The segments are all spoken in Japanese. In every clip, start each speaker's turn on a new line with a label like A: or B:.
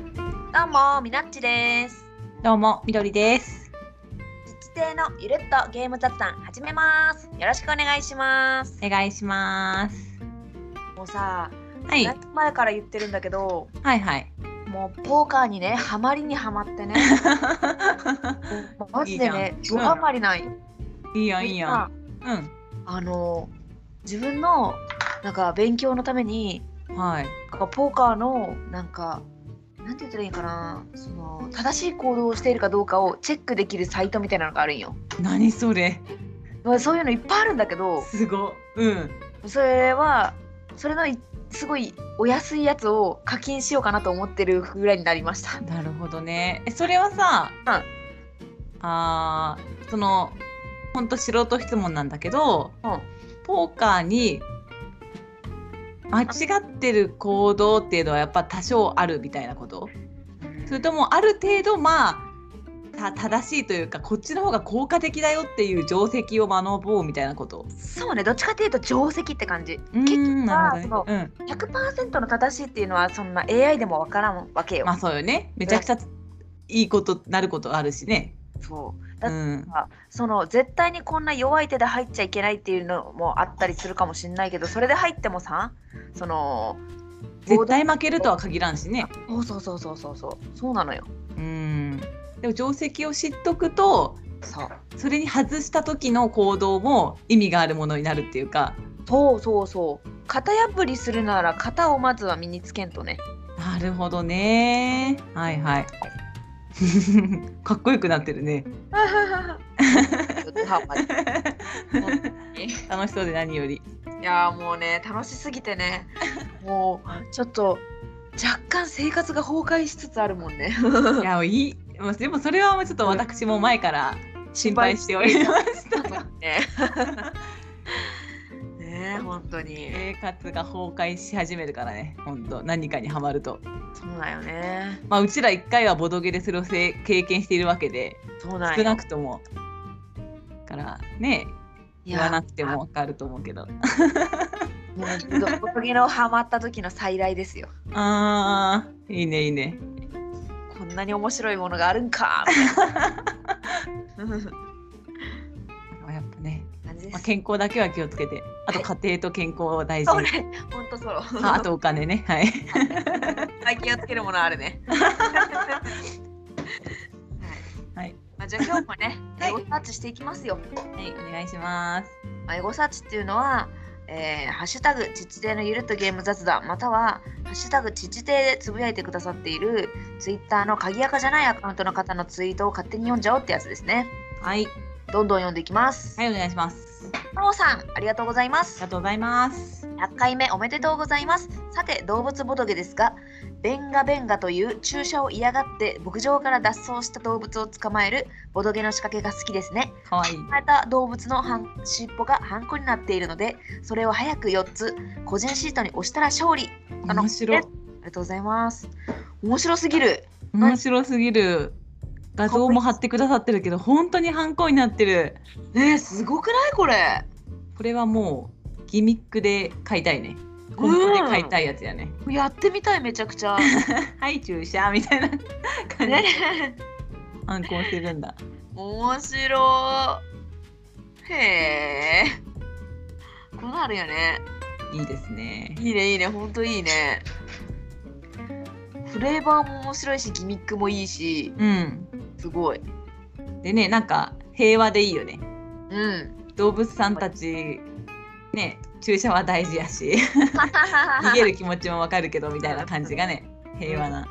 A: うもみなっちです
B: どうも、みどりです。
A: 自治体のゆるっとゲーム雑談始めますよろしくお願いします
B: お願いします。
A: もうさ、
B: は、
A: はい何年前から言ってるんだけど
B: はいはい。
A: もうポーカーにねハマりにはまって ねもうマジでね
B: いいじゃ
A: ど
B: ん
A: ハマりない
B: い いやんいい
A: みん
B: や。
A: なん
B: う
A: あの自分のなんか勉強のために
B: ん。はい。
A: なんかポーカーのなんかなんて言ったらいいかなその正しい行動をしているかどうかをチェックできるサイトみたいなのがあるんよ。
B: 何それ。
A: まあそういうのいっぱいあるんだけど
B: すご。うん。
A: それはそれのいすごいお安いやつを課金しようかなと思ってるぐらいになりました。
B: なるほどね。え、それはさ。
A: うん
B: あーその。ほんと素人質問なんだけど。
A: うん
B: ポーカーに。間違ってる行動っていうのはやっぱ多少あるみたいなこと。それともある程度まあた正しいというかこっちの方が効果的だよっていう定石を学ぼうみたいなこと。
A: そうねどっちかというと定石って感じ
B: うー
A: 結局
B: んな
A: は
B: るほどね。
A: 100%の正しいっていうのはそんな AI でもわからんわけ
B: う
A: よ、
B: ん。まあそうよね。めちゃくちゃいいことなることあるしね。
A: そうだ
B: う
A: って
B: ん。
A: その絶対にこんな弱い手で入っちゃいけないっていうのもあったりするかもしれないけどそれで入ってもさその
B: 絶対負けるとは限らんしね。
A: そうそうそうそうそうそうそうなのよ
B: うん。でも定石を知っとくと
A: そう
B: それに外した時の行動も意味があるものになるっていうか。
A: そうそうそう型破りするなら型をまずは身につけんとね
B: なるほどね。はいはい。 かっこよくなってるね。 楽しそうで何より。
A: いやーもうね楽しすぎてねもうちょっと若干生活が崩壊しつつあるもんね
B: いやいい。まあでもそれはちょっと私も前から心配しておりましたが。
A: ねねえ本当に
B: 生活が崩壊し始めるからね本当何かにはまると
A: そうだよね
B: まあうちら一回はボドゲでそれをせ経験しているわけで
A: そうなん
B: 少
A: よ
B: なくともだからね
A: い
B: 言
A: や
B: わなくてもわかると思うけど
A: もうねどボトゲのハマった時の再来ですよ
B: あーいいねいいね
A: こんなに面白いものがあるんかみた いな
B: やっぱね、
A: 感じで
B: まあ、
A: す
B: 健康だけは気をつけてあと家庭と健康を大事
A: そう
B: に
A: ね本当そう
B: ああとお金ねはい
A: 最近やってるものある ね。はい。
B: はい
A: まあ、じゃあ今日もね、
B: はい
A: エゴサーチしていきますよ。
B: はいお願いします
A: まあ、エゴサーチっていうのは、えーハッシュタグちちてのゆるっとゲーム雑談またはハッシュタグちちてでつぶやいてくださっているツイッターの鍵垢じゃないアカウントの方のツイートを勝手に読んじゃおうってやつですね。
B: はい
A: どんどん読んでいきます。
B: はいお願いしますあ
A: 太郎さん、ありがとうございます
B: りが。とうございます
A: 100回目おめでとうございますさて動物ボドゲですがベンガベンガという注射を嫌がって牧場から脱走した動物を捕まえるボドゲの仕掛けが好きですね
B: かわいい
A: 捕まえた動物のはん尻尾がハンコになっているのでそれを早く4つ個人シートに押したら勝利あの
B: 面白
A: えありがとうございます面白すぎる
B: 面白すぎる画像も貼ってくださってるけど本当にハンコになってる
A: ねえすごくないこれ
B: これはもうギミックで買いたいねコンプで買いたいやつやね
A: やってみたいめちゃくち ゃ
B: はい注射みたいな 感じで
A: ね
B: ハンコをしてるんだ
A: 面白いへえこうなるよね
B: いいですね
A: いいねいいねほんといいねフレーバーも面白いしギミックもいいし
B: うん
A: すごい
B: でねなんか平和でいいよね
A: うん
B: 動物さんたちね注射は大事や し逃
A: 逃
B: げる気持ちもわかるけどみたいな感じがね平和な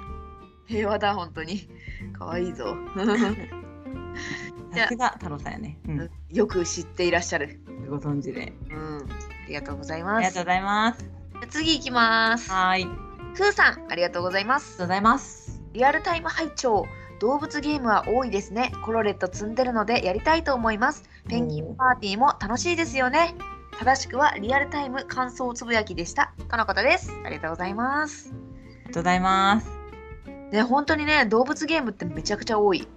A: 平和だほんとにかわいいぞ
B: さすが太郎さんやね、うん、
A: よく知っていらっしゃる
B: ご存知で
A: うんありがとうござい
B: あ
A: ま
B: りが
A: す
B: とうございます
A: 次行きます
B: はいありがと
A: ふーさんありがとうございます
B: うございます
A: リアルタイム拝聴動物ゲームは多いですねコロレット積んでるのでやりたいと思いますペンギンパーティーも楽しいですよね正しくはリアルタイム感想つぶやきでしたとのことですありがとうございます
B: ありがとうございます。
A: ね本当にね動物ゲームってめちゃくちゃ多い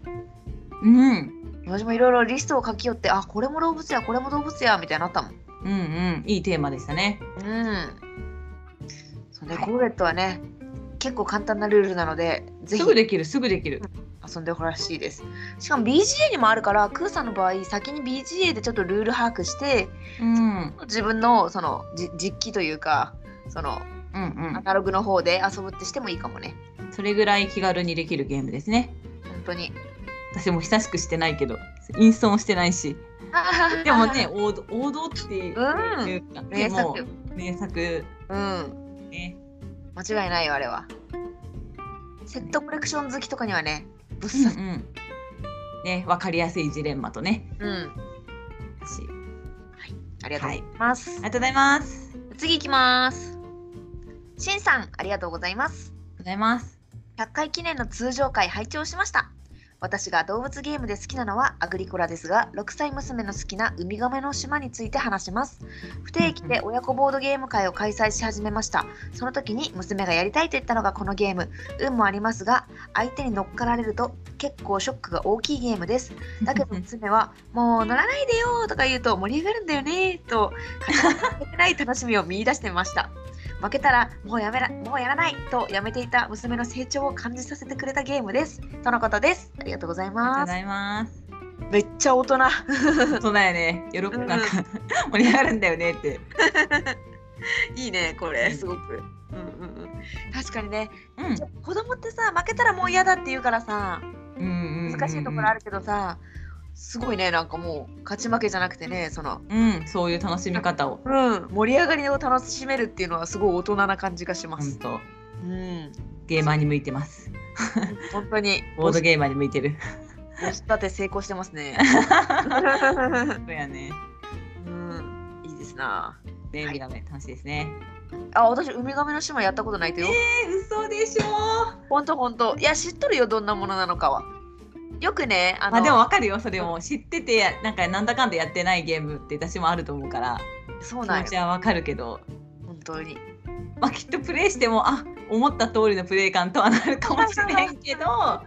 B: うん、うん
A: 私もいろいろリストを書き寄ってあこれも動物やこれも動物やみたいになったもん
B: うんいいテーマでしたね。
A: うんそうね
B: はい
A: コロレットはね結構簡単なルールなのでぜひ
B: すぐできるすぐできる
A: 遊んでほしいですしかも BGA にもあるからクーさんの場合先に BGA でちょっとルール把握して
B: うん
A: 自分のそのじ実機というかその
B: うんう
A: アナログの方で遊ぶってしてもいいかもね
B: んそれぐらい気軽にできるゲームですね
A: 本当に
B: 私も久しくしてないけどインストもしてないしでも ね王道王道っていう か、
A: うん
B: で
A: 名
B: も
A: 作
B: 名作
A: うん
B: ね
A: 間違いないよあれはセットコレクション好きとかにはねぶっ
B: うん
A: さ
B: うんね分かりやすいジレンマとね
A: うん、
B: 私
A: ありがとうございます、
B: ありがとうございますありがと
A: 次いきますしんさんありがとうございます
B: うございます
A: 100回記念の通常回拝聴しました私が動物ゲームで好きなのはアグリコラですが6歳娘の好きなウミガメの島について話します不定期で親子ボードゲーム会を開催し始めましたその時に娘がやりたいと言ったのがこのゲーム運もありますが相手に乗っかられると結構ショックが大きいゲームですだ けど娘は「もう乗らないでよ」とか言うと盛り上がるんだよねと勝てない楽しみを見出してました負けたらもうやめらもうやらないとやめていた娘の成長を感じさせてくれたゲームですとのことですありがとうござい
B: ありがとう
A: ます
B: ございます
A: めっちゃ大人
B: そうだよね喜ぶなんか 盛り上がるんだよねって
A: いいねこれすごく、うんうんうん、確かにね
B: うん
A: 子供ってさ負けたらもう嫌だって言うからさ難
B: 難
A: しいところあるけどさすごいねなんかもう勝ち負けじゃなくてねその
B: うん、そういう楽しみ方を。
A: うん、盛り上がりを楽しめるっていうのはすごい大人な感じがしま
B: 本
A: す。
B: 当、
A: うん、
B: ゲーマーに向いてます。
A: 本当に
B: ボードゲーマーに向いてる。
A: 母子育て成功してますね。
B: そうやね。
A: うん、いいですな。
B: ね、
A: はい
B: ウミガメ楽しいですね。
A: あ、私ウミガメの島やったことないとよ。
B: えー、嘘でしょ
A: 本当本当。いや知っとるよどんなものなのかは。よくね、あの、
B: まあ、でもわかるよ、それも知っててや、なんかなんだかんだやってないゲームって私もあると思うから。
A: そう
B: 気
A: な
B: 持
A: ん
B: ち
A: よ。
B: はわかるけど、
A: 本当に。
B: まあ、きっとプレイしても、あ、思った通りのプレイ感とはなるかもしれんけど。あ、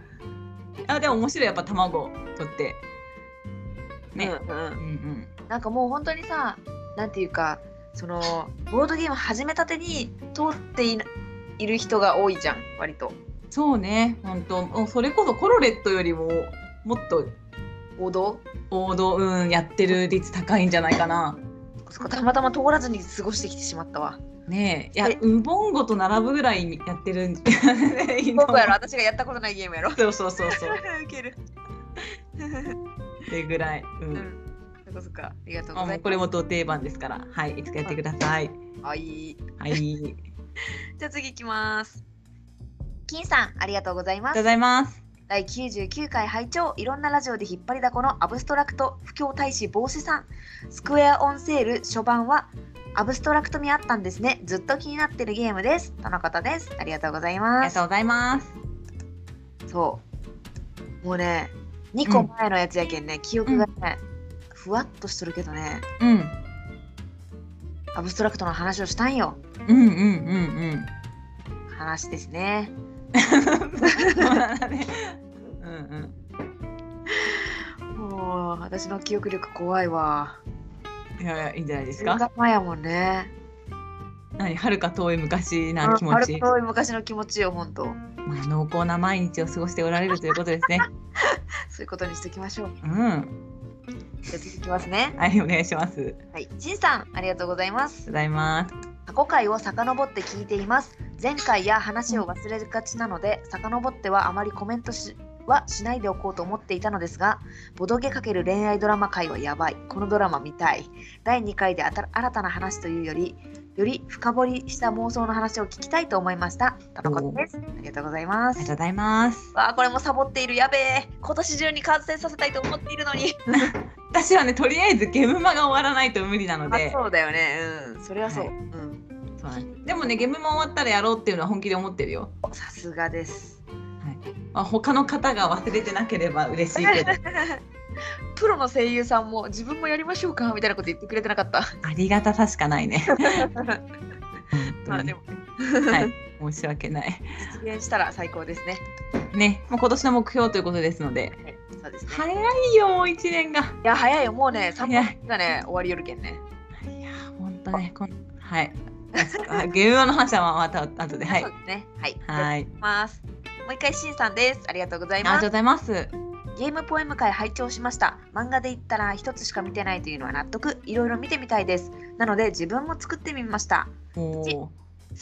B: でも面白い、やっぱ卵取って。ね
A: うんうん
B: うんうん。
A: なんかもう本当にさなんていうかそのボードゲーム始めたてに通っていいる人が多いじゃん割と
B: そうね、本当、もうそれこそコロレットよりも、もっと
A: 王道
B: 王道うんやってる率高いんじゃないかな。
A: そこたまたま通らずに過ごしてきてしまったわ
B: ねえいや
A: え
B: ウボンゴと並ぶぐらいにやってるん
A: 僕やろ私がやったことないゲームやろ ウ
B: そうそうそうそう
A: ケる
B: ってぐらい、う、
A: うんんそっかそっかありがとう
B: まあ
A: ござ
B: もう
A: い
B: こ
A: ま
B: れもど定番ですからはいいつかやってください
A: すはい
B: はいあり
A: じゃあ次いきます金さんありがとうございま
B: がとう
A: す
B: ございます
A: 第99回拝聴いろんなラジオで引っ張りだこのアブストラクト不況大使防止さんスクエアオンセール初版はアブストラクトにあったんですねずっと気になってるゲームですとのことですありがとうござい
B: あり
A: ま
B: が
A: す
B: とうございます
A: そうもうね2個前のやつやけんね、記憶がね、ふわっとしとるけどね
B: うん
A: アブストラクトの話をしたんよ
B: うんうんうん
A: 話ですね
B: うんそうだねうんうん
A: もう私の記憶力怖いわ
B: いやいやいいんじゃないです
A: 10年
B: か
A: 前やもんね
B: 何はるか遠い昔
A: あ
B: な気持
A: あれ
B: ち、
A: 遠い昔の気持ちよほんと
B: まあ、濃厚な毎日を過ごしておられるということですね
A: そういうことにしときましょう
B: うん
A: じゃあ次いきますね
B: はいお願いしますありがと
A: はい、しんさんありがとうございま
B: うご
A: す
B: ざいます
A: 過去回を遡って聞いています前回や話を忘れがちなので遡ってはあまりコメントしはしないでおこうと思っていたのですがボドゲ×恋愛ドラマ回はやばいこのドラマ見たい第2回であた新たな話というよりより深掘りした妄想の話を聞きたいと思いましたとのことですありがとうございま
B: ありが
A: す
B: とうございます。
A: わあこれもサボっているやべえ今年中に完成させたいと思っているのに
B: 私はね、とりあえずゲームマが終わらないと無理なの
A: あ
B: で、
A: そうだよねうんそれはそう、
B: はい
A: うん
B: そうなんですでもね、ゲームマ終わったらやろうっていうのは本気で思ってるよ。
A: さすがです
B: まあ、他の方が忘れてなければ嬉しい けど、
A: プロの声優さんも自分もやりましょうかみたいなこと言ってくれてなか った。
B: ありがたさしかない ね。
A: まあでも
B: はい、申し訳ない。
A: 実現したら最高ですね。
B: ね、もう今年の目標ということですので、
A: そうですね。い、
B: 早いよ、もう一年が。い
A: や早いよもうね3
B: 早い
A: 本がね終わりよるけんね。
B: や、本当ね、こんはい。あゲームマの話はまた後で、はい
A: そう。ですね。はい。じゃあ
B: はい
A: 行き。ます。もう一回しんさんです。ありがとうござ
B: あ
A: い
B: りが
A: ま
B: と
A: す。
B: うございます。
A: ゲームポエム会拝聴しました。漫画で言ったら一つしか見てないというのは納得。いろいろ見てみたいです。なので自分も作ってみました。
B: おー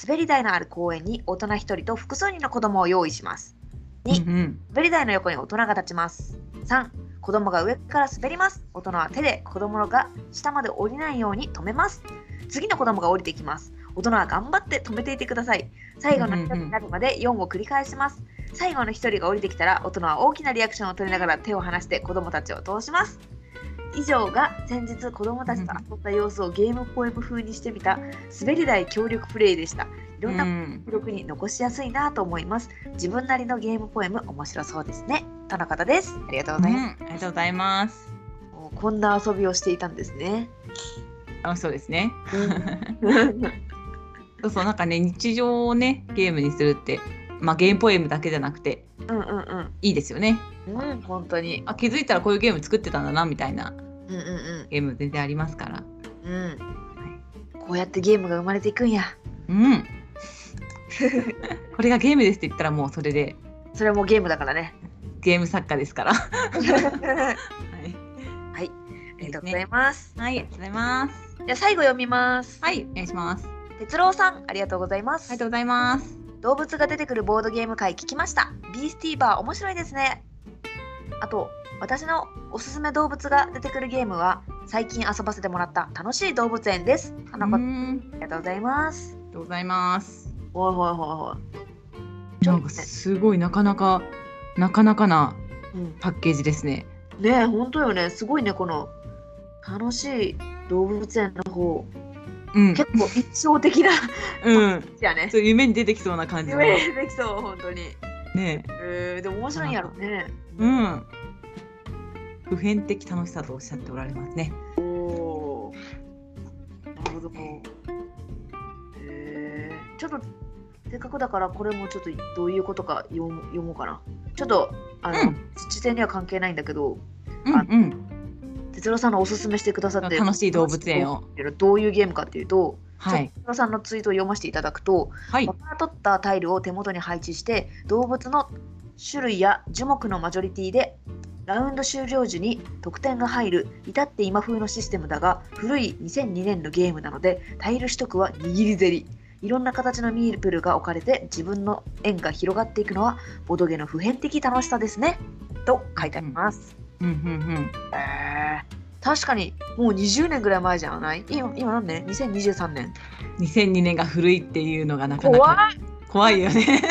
A: 滑り台のある公園に大人1人と複数人の子供を用意します。に
B: うんうん
A: 滑り台の横に大人が立ちます。3、子供が上から滑ります。大人は手で子供が下まで降りないように止めます。次の子供が降りてきます。大人は頑張って止めていてください。最後の1人になるまで4を繰り返します。最後の1人が降りてきたら大人は大きなリアクションを取りながら手を離して子供たちを通します。以上が先日子供たちと遊んだ様子をゲームポエム風にしてみた滑り台協力プレイでした。いろんな
B: うん
A: 記録に残しやすいなと思います。自分なりのゲームポエム面白そうですね。田中田です。ありがとうございます。
B: うんありがとうございます。
A: おこんな遊びをしていたんですね。
B: 楽しそうですね。
A: うん
B: そうそうなんかね日常をねゲームにするって、まあゲームポエムだけじゃなくて
A: うんうん
B: いいですよね。
A: うん。うん本当に。
B: あ気づいたらこういうゲーム作ってたんだなみたいな
A: うんうん
B: ゲーム全然ありますから。
A: うん。うん。こうやってゲームが生まれていくんや。
B: うん。これがゲームですって言ったらもうそれで
A: それもゲームだから ね。
B: ゲーム作家ですから。は。
A: はいい。ありがとうございます。
B: はい、ありがとうございます。
A: じゃあ最後読みます。
B: はい、お願いします。あ
A: 哲郎さん、ありがとうございます
B: りが。とうございます。
A: 動物が出てくるボードゲーム会聞きました。ビースティーバー面白いですね。あと、私のおすすめ動物が出てくるゲームは、最近遊ばせてもらった楽しい動物園です。花
B: う
A: 子、あ
B: んあ
A: りがとうございます。
B: りがとうございます。
A: ほいほいほいほい。ちょ
B: な
A: っ
B: ん
A: と
B: かすごいなかなかなかなかな
A: うん、
B: パッケージですね。
A: ねえ、本当よね。すごいね、この楽しい動物園の方。
B: うん、
A: 結構一生的 な
B: うん、
A: やね
B: そ。う夢に出てきそうな感じの
A: 夢
B: ね。
A: にできそう、本当に。えー、でも面白いんやろね。
B: うん。普遍的楽しさとおっしゃっておられますね。
A: おお。なるほど。へえちょっと。せっかくだから、これもちょっとどういうことか読も読もうかな。ちょっと、あの、
B: うん
A: 土点には関係ないんだけど、
B: うんうん。
A: 哲郎さんのおすすめしてくださって
B: 楽しい動物園
A: を。
B: を。
A: どういうゲームかっていうと、
B: は
A: ちょっ
B: い
A: と哲郎さんのツイートを読ませていただくと、
B: はい
A: バ。カ取ったタイルを手元に配置して動物の種類や樹木のマジョリティでラウンド終了時に得点が入る至って今風のシステムだが古い2002年のゲームなのでタイル取得は握りゼリいろんな形のミープルが置かれて自分の円が広がっていくのはボドゲの普遍的楽しさですねと書いてあります、
B: うんうん
A: えー確かにもう20年ぐらい前じゃない今今何年 ?2023 年
B: うん。2002年が古いっていうのがなかな
A: 怖い
B: か怖いよね。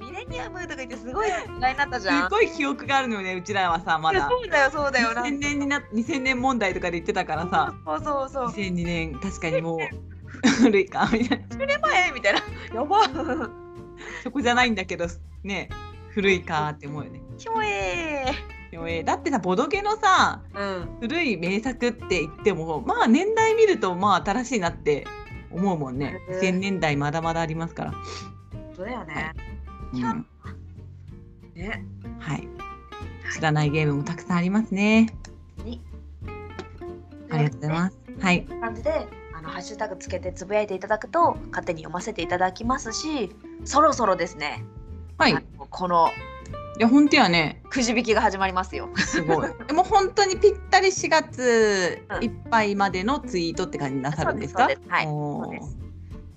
A: ミレニアムとか言ってすごい時代になったじ
B: す
A: ゃん。
B: ごい記憶があるのよねうちらはさま
A: いや
B: だ
A: そうだよそうだ よな。
B: 2000年にな2000年問題とかで言ってたからさ
A: そうそうそう。
B: 2002年確かにもう古いかみたいな
A: 前みたいな。やば。
B: そこじゃないんだけどね古いかって思うよね
A: ひょえ
B: でもえーだってさボドゲのさ
A: ー。うん。
B: 古い名作って言ってもまあ年代見るとまあ新しいなって思うもんね
A: うん
B: 2000年代まだまだありますから、
A: そうだよね。
B: うん
A: ね。
B: はい知らないゲームもたくさんありますねありがとうございますはい
A: す。感じで、あのハッシュタグつけてつぶやいていただくと勝手に読ませていただきますし、そろそろですね。
B: はい
A: あ
B: い
A: のこの
B: や本当やね
A: くじ引きが始まりますよ。
B: す ごい。でも本当にぴったり4月
A: うん
B: いっぱいまでのツイートって感じなさるんですか
A: そう？ですはい。
B: お
A: そう
B: ー
A: です。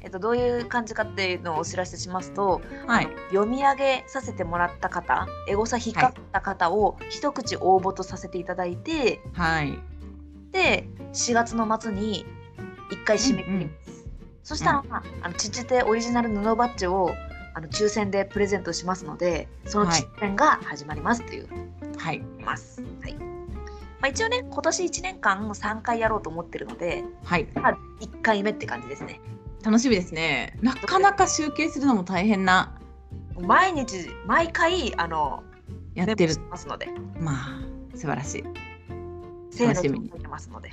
A: えっとどういう感じかっていうのをお知らせしますと、
B: はい。
A: 読み上げさせてもらった方、エゴサ引っかかった方を一口応募とさせていただいて、
B: はい。
A: で4月の末に1回締め切ります、そしたら、あの父手オリジナル布バッジをあの抽選でプレゼントしますのでその
B: はい
A: 抽選が始まりますという、
B: はい。
A: ますはいまあ、一応ね今年1年間3回やろうと思ってるので
B: はい。
A: まあ1回目って感じですね
B: 楽しみですね。なかなか集計するのも大変な
A: 毎日毎回あの
B: やって
A: メモ
B: る
A: し。ますので
B: まあ素晴らしい。
A: せーの
B: 楽しみに
A: 書いてますの で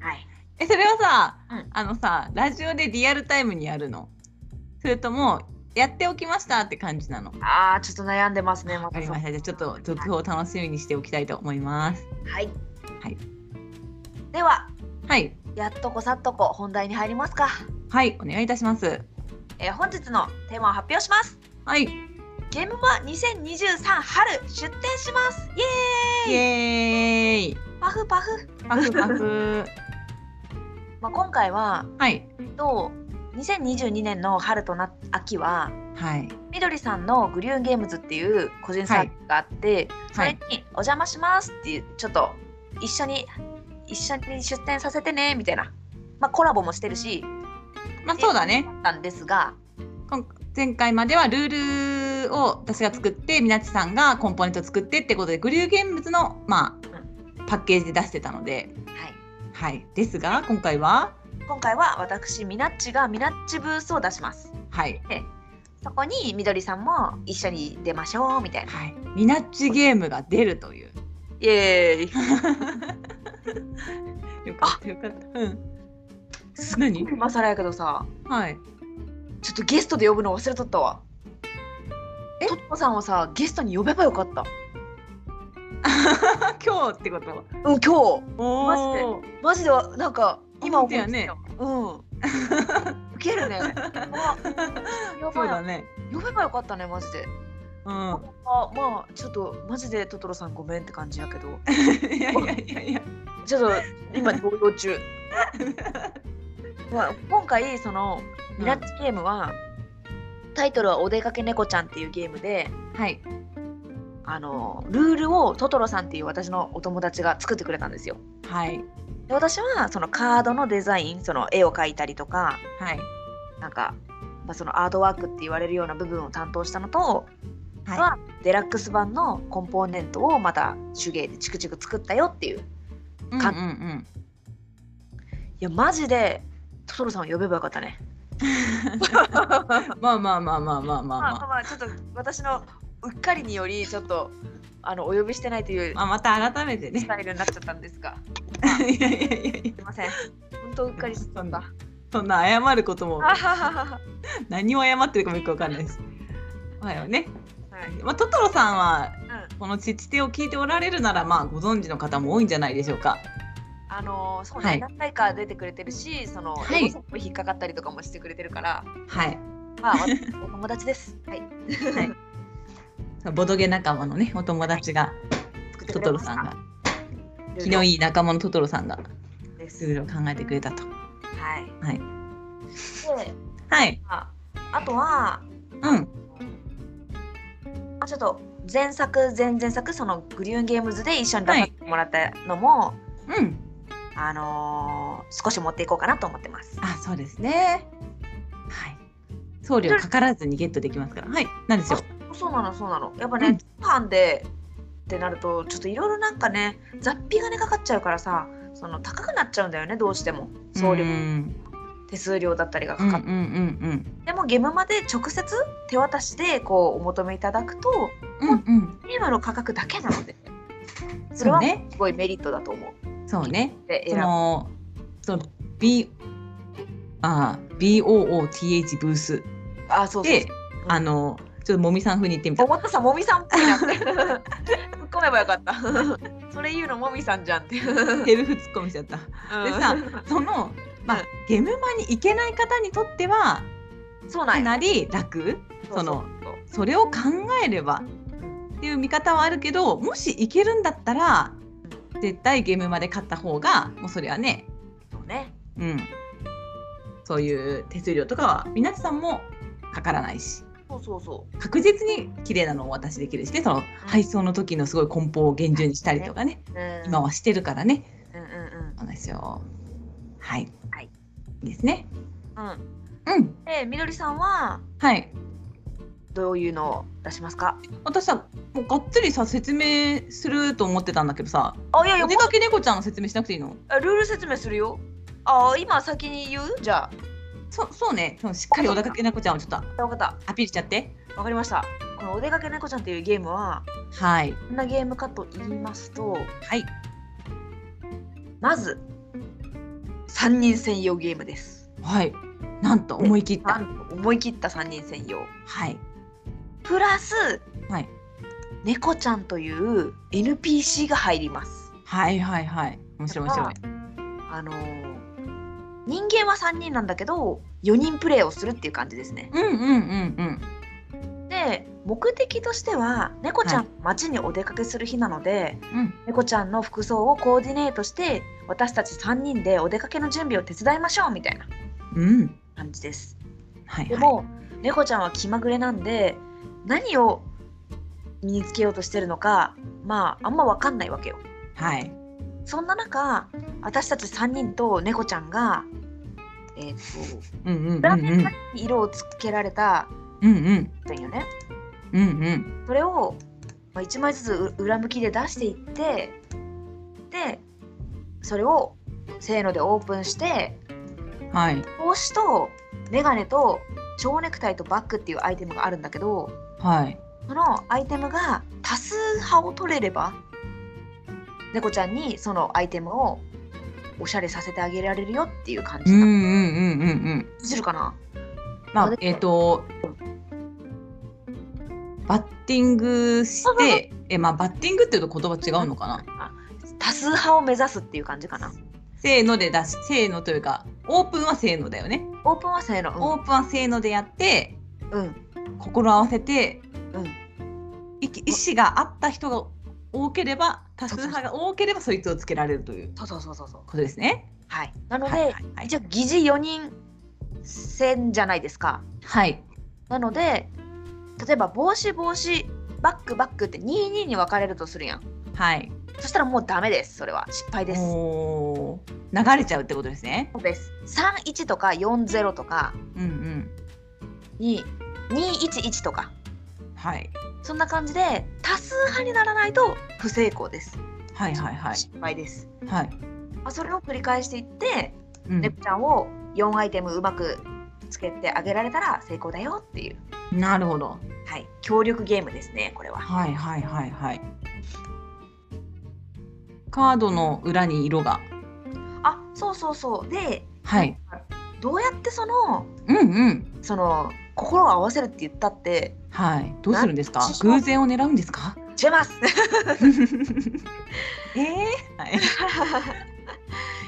A: はい
B: えそれはさ、
A: うん
B: あのさラジオでリアルタイムにやるの？それともやっておきましたって感じなの？
A: あーちょっと悩んでますね
B: わ
A: ま
B: か
A: た
B: り
A: そ
B: ま
A: う
B: した。じゃあちょっと続報を楽しみにしておきたいと思います。
A: はい、
B: はい、
A: では
B: はい。
A: やっとこさっとこ本題に入りますか
B: はい。お願いいたします。
A: えー本日のテーマを発表します
B: はい。
A: ゲームは2023春出店しますイエ
B: イエーイ
A: ーイパフパフ、
B: パフパフ
A: まあ、今回は
B: はい
A: と2022年の春とな秋は
B: はい
A: みどりさんのグリューンゲームズっていう個人サービスがあって、そ
B: は
A: れ
B: い
A: に「お邪魔します」っていうちょっと一緒に一緒に出店させてねみたいな、まあ、コラボもしてるし
B: まあそうだね
A: なんですが
B: 今前回まではルールを私が作ってみなちさんがコンポーネントを作ってってことでグリュー現物の、まあ、パッケージで出してたので、
A: はい
B: はい、ですが今回は、
A: 今回は私ミナッチがミナッチブースを出します
B: はい
A: そこにみどりさんも一緒に出ましょうみたいな
B: はい、ミナッチゲームが出るという。
A: イエーイ
B: よかったよかった。うん。何
A: 今更やけどさ
B: はい。
A: ちょっとゲストで呼ぶの忘れとったわ
B: え
A: とっこさんをさゲストに呼べばよかった
B: 今日ってこと
A: うん今日
B: おー
A: マジでわなんか今
B: 本当やね
A: 思いついた うん受けるねあや
B: そ
A: ば
B: う
A: い
B: だね。
A: 呼べばよかったねマジで
B: うん。
A: あまあちょっとマジでトトロさんごめんって感じやけど
B: いやいやいや いや。
A: ちょっと今動揺中 まあ今回そのミラッチゲームは、タイトルは「お出かけ猫ちゃん」っていうゲームで
B: はい。
A: あのルールをトトロさんっていう私のお友達が作ってくれたんですよ
B: はい。
A: で私はそのカードのデザインその絵を描いたりとか
B: はい。
A: なんか、まあ、そのアートワークって言われるような部分を担当したのと、
B: は
A: はデラックス版のコンポーネントをまた手芸でチクチク作ったよっていうい
B: い。うんうん
A: やマジでトトロさんを呼べばよかったね。
B: うん。 まあまあまあまあまあ
A: ま
B: まあ
A: あまあ
B: まあ。
A: まあちょっと私のうっかりによりちょっとあのお呼びしてないという
B: まあまた改めて
A: ス
B: ね。
A: タイルになっちゃったんですが、
B: いやいやいやいや
A: すいません。本当うっかりしてたんだ。
B: そんな謝ることも
A: あはははは
B: 何を謝ってるかもよくわかんないです。はいよね。
A: はい。
B: まあトトロさんは
A: うん。
B: この父手を聞いておられるならまあご存知の方も多いんじゃないでしょうか。
A: あのーそうね、
B: はい
A: 何回か出てくれてるし、その、
B: はい
A: エゴサップ引っかかったりとかもしてくれてるから、
B: はい。
A: ま あ、私お友達です。はい。
B: ボドゲ仲間のねお友達が
A: 作ってくれ
B: トト
A: ま
B: ロ
A: し
B: さ
A: た
B: んが気
A: 昨
B: のいい仲間のトトロさんが
A: で
B: ルー
A: す。
B: ルを考えてくれたと。
A: はい。
B: はい。
A: で、
B: はい。
A: まあ、あとは、
B: うん。
A: あちょっと前作前々作そのグリューンゲームズで一緒に出させてもらったのも、
B: うん。
A: あのー少し持っていこうかなと思ってます。
B: あそうですね。はい。送料かからずにゲットできますから。はい。なんでしょう。
A: そうなのそうなの。やっぱ
B: う
A: ね
B: ん、
A: 通販でってなるとちょっといろいろなんかね雑費がねかかっちゃうからさその高くなっちゃうんだよねどうしても送料
B: うん
A: 手数料だったりが
B: う
A: か
B: んうん
A: か
B: う
A: っ
B: ん
A: て、でもゲームまで直接手渡しでこうお求めいただくと
B: うん。うんうん。
A: 今の価格だけなのでそれ
B: そう
A: は
B: ね。
A: すごいメリットだと思う。
B: そうね。
A: で
B: そ
A: 選ぶ
B: の、その B あ BOOTH ブース
A: あそうそう
B: で
A: そう、
B: あのちょっともみさん風に言ってみた。
A: 思ったさもみさんっぽい なって突っ込めばよかった それ言うのもみさんじゃんっていう
B: ヘルフ突っ込みしちゃった。でさ
A: うん、
B: そのま
A: う
B: あ
A: ん
B: ゲームマに行けない方にとっては
A: そうな
B: か
A: んよ
B: なり楽。その
A: うそう
B: それを考えればっていう見方はあるけど、もし行けるんだったら絶対ゲームまで買った方がもうそれはね、
A: そうね
B: うん。そういう手数料とかは皆さんもかからないし。
A: そうそうそ
B: 確実に綺麗なのをお渡しできるしねその配送の時のすごい梱包を厳重にしたりとかね、
A: う、うん、
B: 今はしてるからね
A: うんうんうん
B: そうなんですよはい、
A: はい、
B: いいですね
A: うん
B: うん
A: でみどりさんは
B: はい
A: どういうのを出しますか
B: 私さもうがっつりさ説明すると思ってたんだけどさ
A: あいやいや
B: お出かけ猫ちゃんの説明しなくていいの
A: あルール説明するよあ今先に言うじゃ
B: そそうねそのしっかりお出かけ猫ちゃんをちょっと
A: あわかった
B: アピールしちゃって
A: わかりましたこのお出かけ猫ちゃんっていうゲームは
B: はい
A: どんなゲームかと言いますと
B: はい
A: まず3人専用ゲームです
B: はいなんと思い切っ
A: な
B: た
A: んと思い切った3人専用
B: はい
A: プラス
B: はい
A: 猫ちゃんという NPC が入ります
B: はいはいはい面白い面白い
A: あのー人間は3人なんだけど4人プレイをするっていう感じですね
B: うんうんうんうん
A: で目的としては猫ちゃん、
B: は
A: 街にお出かけする日なので
B: うん、
A: 猫ちゃんの服装をコーディネートして私たち3人でお出かけの準備を手伝いましょうみたいな
B: うん、
A: 感じです。
B: はい、はい。
A: でも、猫ちゃんは気まぐれなんで何を身につけようとしてるのかまああんま分かんないわけよ。
B: はい。
A: そんな中私たち3人と猫ちゃんが、えー、と
B: うんうんうん
A: ラーメンカレーに色をつけられた
B: うんうん
A: というね
B: うんうん
A: それを1枚ずつう裏向きで出していってでそれをせーのでオープンして
B: うんはい
A: 帽子とメガネと蝶ネクタイとバッグっていうアイテムがあるんだけど
B: はい
A: そのアイテムが多数派を取れれば猫ちゃんにそのアイテムをおしゃれさせてあげられるよっていう感
B: う
A: じ
B: んう
A: だ。
B: んう
A: 通
B: んうんうん
A: じるかな
B: ま
A: あ
B: あ
A: れ
B: えっ、とバッティングしてえまあバッティングっていうと言葉違うのかな
A: 多数派を目指すっていう感じかな。
B: せーので出しせーのというかオープンはせーのだよね、
A: オープンはせーの。
B: オープンはせーのでやって
A: うん。うん。
B: 心合わせて
A: うん。
B: 意気意思があった人が多ければ多数派が多ければそいつをつけられるという
A: そうそうそうそうそう。
B: ことですね。
A: はい。なので、
B: はいはいはい
A: 一応疑似4人戦じゃないですか。
B: はい
A: なので例えば帽子帽子バックバックって22に分かれるとするやん。
B: はい
A: そしたらもうダメです。それは失敗です。そ
B: おー流れちゃうってことですね。
A: うです。31とか40とか
B: うん
A: に211とか
B: うん。はい。
A: そんな感じで多数派にならないと不成功です。
B: はいはいはい。
A: 失敗です。
B: はい。
A: まあ、それを繰り返していって
B: うん
A: 猫ちゃんを4アイテムうまくつけてあげられたら成功だよっていう、
B: なるほど。
A: はい、協力ゲームですねこれは。
B: はいはいはいはい。カードの裏に色が。
A: あそうそうそうで
B: はい。
A: どうやってその
B: うんうん。
A: その心を合わせるって言ったって
B: はい。どうするんですか
A: なん。
B: 偶然を狙うんですか。
A: 違います
B: えーはい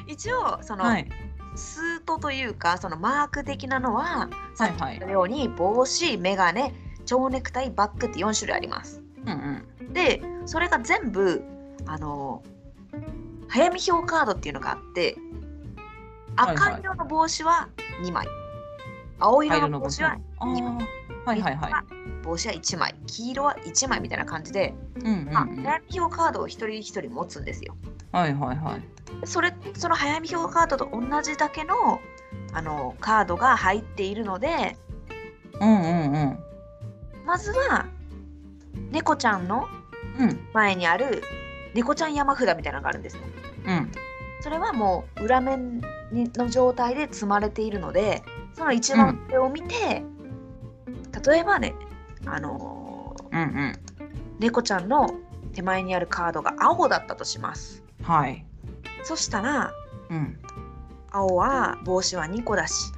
A: 一応その、
B: はい
A: スートというかそのマーク的なのは
B: はいはい
A: この。ように帽子眼鏡蝶ネクタイバッグって4種類あります。
B: うんうん。
A: でそれが全部あの早見表カードっていうのがあって
B: はいはい
A: 赤色の帽子は2枚、青色
B: 色
A: の帽
B: の帽
A: 子
B: 子。
A: は
B: ああー。はいはいはい。
A: 帽子は1枚黄色は1枚みたいな感じで、
B: うんうんうん。
A: まあ
B: はい
A: 早見表カードを一人一人持つんですよ。
B: はいはい。
A: それその早見表カードと同じだけのあのカードが入っているので
B: うんうんうん。
A: まずは猫ちゃんの
B: うん
A: 前にある猫ちゃん山札みたいなのがあるんですよ。
B: うん。
A: それはもう裏面にの状態で積まれているのでその一番上を見て、例えばねあのー
B: うんうん。
A: 猫ちゃんの手前にあるカードが青だったとします
B: はい。
A: そしたら
B: うん。
A: 青は帽子は2個だし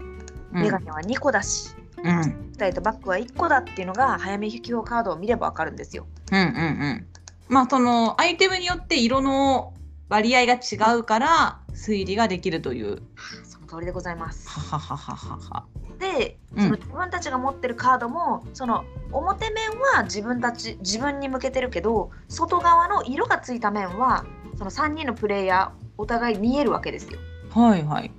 B: うん
A: 眼鏡は2個だし
B: うん。
A: 2人とバッグは1個だっていうのが早め引き用カードを見ればわかるんですよ
B: うんうんうん。まあそのアイテムによって色の割合が違うから推理ができるという。
A: その通りでございます
B: はははははは。
A: で、
B: うん
A: その自分たちが持ってるカードもその表面は自分たち自分に向けてるけど外側の色がついた面はその3人のプレイヤーお互い見えるわけですよ
B: はいはい。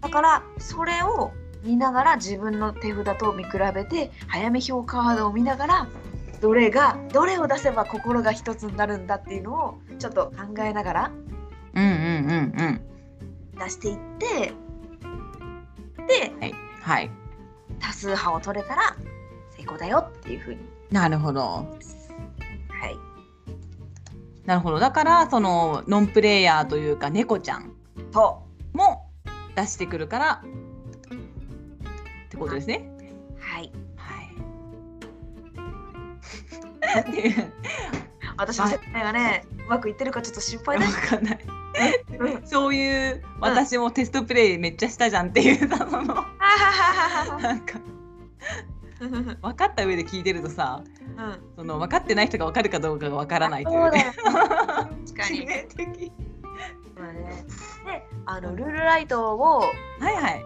A: だからそれを見ながら自分の手札と見比べて早め表カードを見ながらどれがどれを出せば心が一つになるんだっていうのをちょっと考えながら
B: うんうんうんうん。
A: 出していってで
B: はいはい。
A: 多数派を取れたら成功だよっていうふうに
B: なるほど。
A: はい
B: なるほど。だからそのノンプレイヤーというか猫ちゃん
A: と
B: も出してくるからってことですね。
A: はい。
B: はい。
A: 私の説明がね、うまくいってるかちょっと心配
B: わ
A: だ。
B: かんない。そういう私もテストプレイめっちゃしたじゃんっていうさそのなんか
A: うん
B: 分かった上で聞いてるとさその分かってない人が分かるかどうかが分からないとい
A: そううだ
B: ね
A: よ。確か
B: 致
A: に。
B: 命的
A: まあねで、あのルールライトを
B: はいはい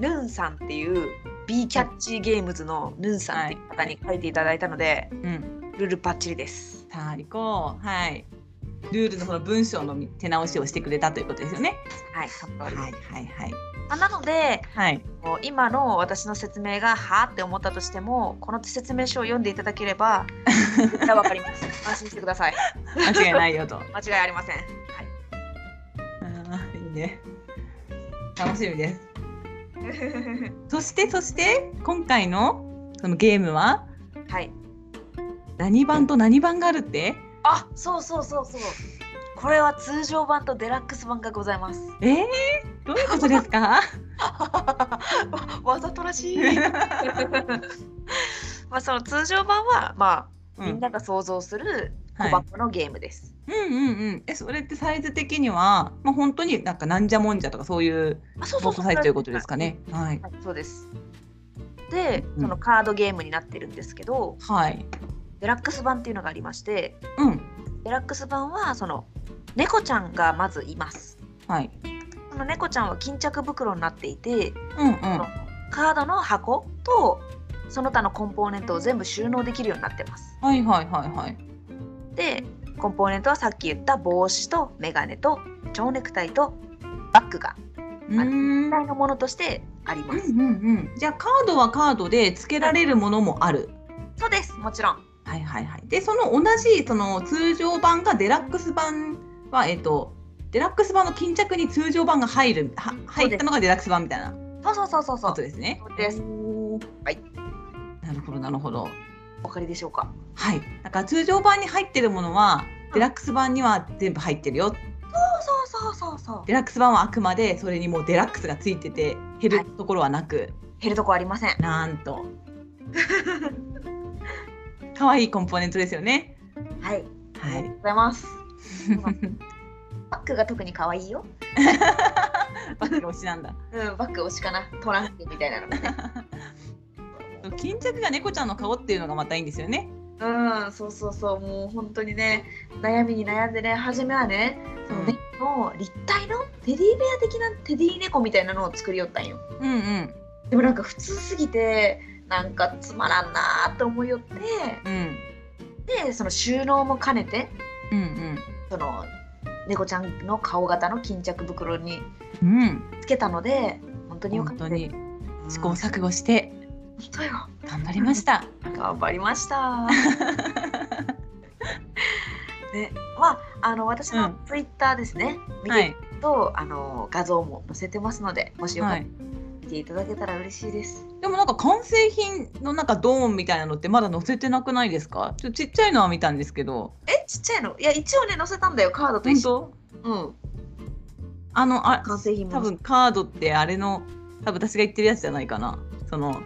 A: ルンさんっていう B キャッチゲームズのヌンさんっていう方に書いていただいたので、
B: うん、
A: ルールバッチリです。
B: さあ、リコ、はい。ルールのこの文章の手直しをしてくれたということですよね。
A: はい、その
B: は
A: 通
B: い、
A: りで
B: は
A: す
B: い、はい。
A: まあなので
B: はい。
A: こう今の私の説明がはあって思ったとしてもこの説明書を読んでいただければじゃあわかります安心してください
B: 間違いないよと。
A: 間違いありません、はい、
B: あーいいね。楽しみです。そして、そして、今回のそのゲームは
A: はい
B: 何番と何番があるって。
A: あそうそうそうそうこれは通常版とデラックス版がございます
B: えー、どういうことですか。
A: わ わざとら しいまあその通常版はまあみんなが想像する
B: は
A: 小
B: い
A: 箱のゲームです、
B: うんうんうん、えそれってサイズ的には、まあ、本当になんかなんじゃもんじゃとかそういう
A: あそうそ
B: ボ
A: う
B: ー
A: そ
B: ト
A: う
B: サイズということですかね。はい、
A: はい、そうです。で、
B: うん
A: そのカードゲームになってるんですけど、
B: はい
A: デラックス版っていうのがありまして、
B: うん
A: デラックス版はその猫ちゃんがまずいます。
B: はい、
A: その猫ちゃんは巾着袋になっていて、
B: うんうん
A: カードの箱とその他のコンポーネントを全部収納できるようになってます。
B: はいはいはいはい
A: で、コンポーネントはさっき言った帽子とメガネと蝶ネクタイとバッグが
B: うーん
A: 由
B: うん
A: 来のものとしてあり
B: う
A: ます。
B: んうんじゃあカードはカードで付けられるものもある。
A: そうです、もちろん。
B: はいはいはい、でその同じその通常版がデラックス版はえっ、とデラックス版の巾着に通常版が入るは入ったのがデラックス版みたいな
A: そうそうそうそうそ
B: こ
A: う
B: と。ですね。
A: そうです。はい。
B: なるほどなるほど。
A: お分かりでしょうか。
B: はい。だから通常版に入ってるものは
A: うん
B: デラックス版には全部入ってるよ。
A: そうそうそうそう。
B: デラックス版はあくまでそれにもうデラックスがついてて減
A: は
B: る
A: い
B: ところはなく、
A: 減るとこありません。
B: なんと可愛いコンポーネントですよね。
A: はい。あ
B: は
A: りがと
B: い。
A: うございます。 バッグが特に可愛いよ。
B: バッグ推しなんだ。
A: うん、バッグ推しかな。トランクみたいなのが ね。
B: 巾着が猫ちゃんの顔っていうのがまたいいんですよね。
A: うん、そうそうそう。もう本当にね、悩みに悩んでね、初めはね、その
B: うん
A: ね、もう立体のテディベア的なテディ猫みたいなのを作りよったんよ。
B: うんうん
A: でもなんか普通すぎて、なんかつまらんなーって思いよって、
B: うん
A: で、その収納も兼ねて、
B: うん
A: その猫ちゃんの顔型の巾着袋に
B: うんうん。
A: つけたので、本当によか
B: 本
A: った
B: 当
A: です
B: に試行錯誤して
A: 本当よ
B: 頑張りました。
A: 頑張りま した。ね、まああの私
B: う
A: の
B: ん
A: ツイッターですね、見
B: は
A: てい
B: い
A: くと、あの画像も載せてますので、もしよかっ
B: は
A: たら
B: い。
A: 見ていただけたら嬉しいです。
B: でもなんか完成品のなんかドーンみたいなのってまだ載せてなくないですかちょっとちっちゃいのは見たんですけど
A: え、ちっちゃいの？いや一応ね載せたんだよカードと
B: 本
A: 一緒。
B: 当
A: うん。
B: あのあ
A: 完成品も。
B: 多分カードってあれの多分私が言ってるやつじゃないかなその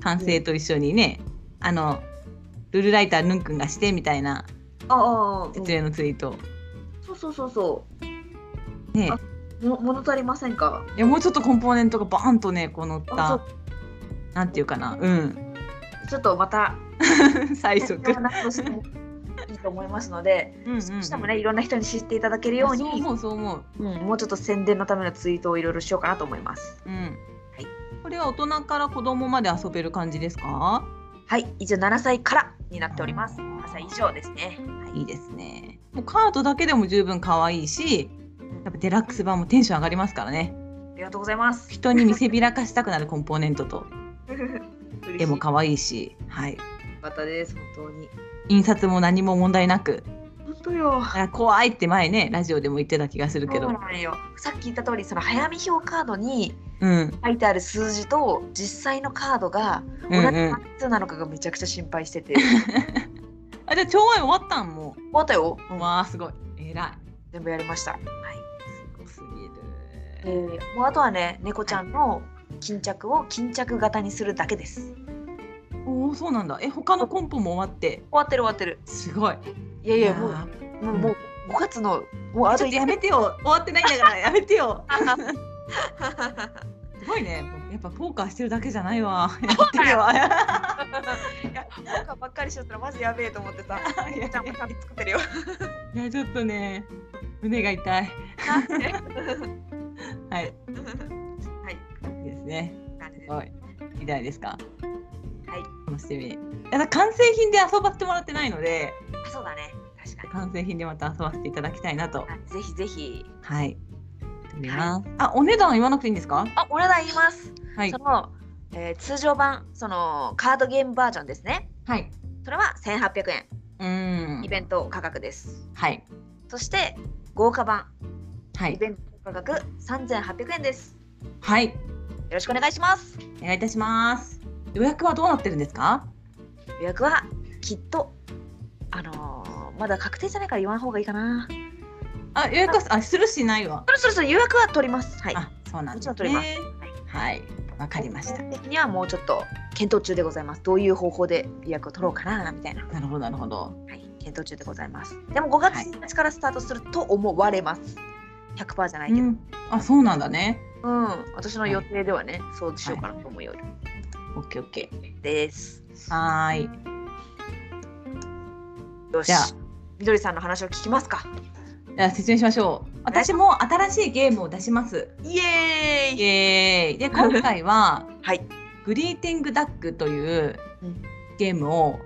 B: 完成と一緒にね、あのルールライターぬんくんがしてみたいな
A: ああ、あうん
B: 説明のツイート、
A: そうそうそうそ
B: ね
A: あう。も物足りませんか？
B: いやもうちょっとコンポーネントがバーンとねこう乗っ
A: あそ
B: たなんていうかなうん
A: うちょっとまた
B: 最速
A: 必要なことしてもいいと思いますので、
B: うんうん
A: 少しでもねいろんな人に知っていただける
B: い
A: よ
B: や
A: う
B: そう
A: に。
B: 思うそう思う
A: うん、もうちょっと宣伝のためのツイートをいろいろしようかなと思います。
B: うん、これは大人から子供まで遊べる感じですか
A: はい、以上7歳からになっております。
B: うん
A: 7歳以上ですね。はい
B: いいですね。もうカードだけでも十分可愛いし、やっぱデラックス版もテンション上がりますからね。
A: ありがとうございます。
B: 人に見せびらかしたくなるコンポーネントと、 絵
A: で
B: も
A: もか
B: 可愛いし、はい。
A: かったです、本当に。
B: 印刷も何も問題なく、
A: 本当よ。
B: だから怖いって前ね、ラジオでも言ってた気がするけ
A: そう
B: ど、
A: なんよさっき言った通りその早見表カードに
B: うん、
A: 書いてある数字と実際のカードが
B: う
A: 同
B: ん
A: じ
B: うん。
A: 関数なのかがめちゃくちゃ心配して て。
B: あ、じゃあ、調和終わったんも
A: 終わったよ、う
B: う。
A: ん
B: わあ、すごい。偉
A: 全部やりました。はい
B: い。すごすぎ
A: え
B: る。
A: ー、もうあとはね、猫ちゃんの巾着を巾着型にするだけです。終
B: おお、そうなんだ。え、他のコンポも終わって、
A: わってる終わってる。
B: すごい。
A: いやい
B: い
A: や、
B: や
A: もう
B: ー、
A: もうもう5月のもうあ
B: ち
A: と
B: ょっ
A: 1
B: とやめてよ。終わってないんだから、 やめてよ。 すごいね。やっぱポーカーしてるだけじゃないわ。やってるわ。
A: いやポーカーばっかりしちゃったらマジやべえと思って さ
B: いや
A: ちゃんもちゃんと作 ってるよ
B: いやちょっとね、胸が痛い。
A: なんではい
B: はい、
A: はい
B: いいですね。
A: 感じです
B: はい。えきじゃないですか。
A: はい
B: 楽しみ。いやだから完成品で遊ばせてもらってないので、
A: あそうだね確かに
B: 完成品でまた遊ばせていただきたいなと。
A: はいぜひぜひ
B: はい。思いますあ、お値段言わなくていいんですか。
A: あお値段言います、
B: はい
A: そ。の、えー通常版そのカードゲームバージョンですね
B: はい。
A: それは1800円
B: うーん
A: イ。ベント価格です、
B: はい。
A: そして豪華版
B: は
A: イ
B: い。
A: ベント価格3800円です
B: はい。
A: よろしくお願いします
B: お願いいたします。予約はどうなってるんですか。
A: 予約はきっとあのーまだ確定じゃないから言わん方がいいかな
B: あ、予約は、あ、するしないわ。
A: そろそろそろ予約は取りますはい
B: あ、そうなんです
A: もちろん取れます
B: ね。はい。わかりました。
A: 的にはもうちょっと検討中でございますどういう方法で予約を取ろうかなみたいな、
B: なるほど、なるほど。
A: はい、検討中でございますでも5月
B: はい
A: 1日からスタートすると思われます100%じゃないけど、
B: うん、あ、そうなんだね。
A: うん、私の予定ではね、そうしようかなと思うよう
B: オッケー、オッケ
A: です。
B: ー。はーい。
A: よし
B: じゃあ、
A: みどりさんの話を聞きますか。
B: じゃあ説明しましょう。私も新しいゲームを出します。
A: イエー
B: イ
A: イ。
B: エーイで今回は
A: はい。
B: グリーティングダックという
A: うん
B: ゲームを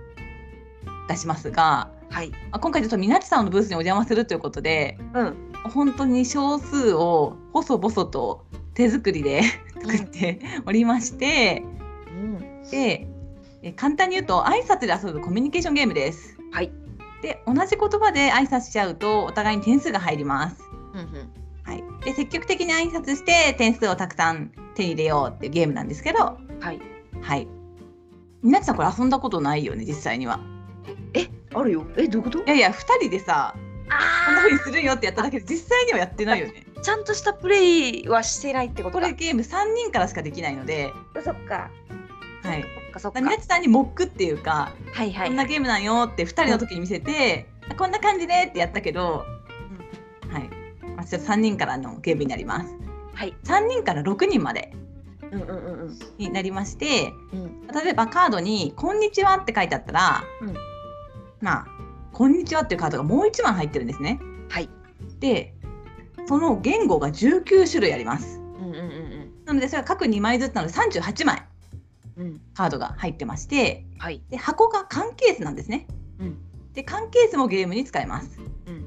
B: 出しますが、
A: はい。
B: あ今回ちょっとみなちさんのブースにお邪魔するということで、
A: うん。
B: 本当に少数を細々と手作りで 作っておりまして、
A: うん。
B: でえ簡単に言うと挨拶で遊ぶコミュニケーションゲームです。
A: はい。
B: で同じ言葉で挨拶しちゃうとお互いに点数が入ります。
A: うんうん。
B: はい、で積極的に挨拶して点数をたくさん手に入れようっていうゲームなんですけど、
A: はい。
B: はい。みなちさんこれ遊んだことないよね実際には。
A: え、あるよ。え、どういうこと
B: い？やいや2人でさこんな
A: あ
B: 風にするよってやっただけで実際にはやってないよね。
A: あ、ちゃんとしたプレイはしてないってこと
B: こ
A: か。
B: れゲーム3人からしかできないので、
A: そっか。
B: はい。
A: そっかそっか。
B: みなちさんにモックっていうか、
A: はいは
B: こんなゲームなんよって2人の時に見せて、あこんな感じでってやったけど、はい。まあ、ちょっと3人からのゲームになります。
A: はい。
B: 3人から6人まで
A: うんうんうんうん。
B: になりまして、
A: うん。
B: 例えばカードに「こんにちは」って書いてあったら、
A: うん
B: まあ「こんにちは」っていうカードがもう1枚入ってるんですね。
A: はい。
B: でその言語が19種類あります。
A: うんうんうん
B: なのでそれは各2枚ずつなので38枚
A: うん。うん。
B: カードが入ってまして
A: はい。
B: で箱が缶ケースなんですね。
A: うん
B: で缶ケースもゲームに使えます。
A: うん。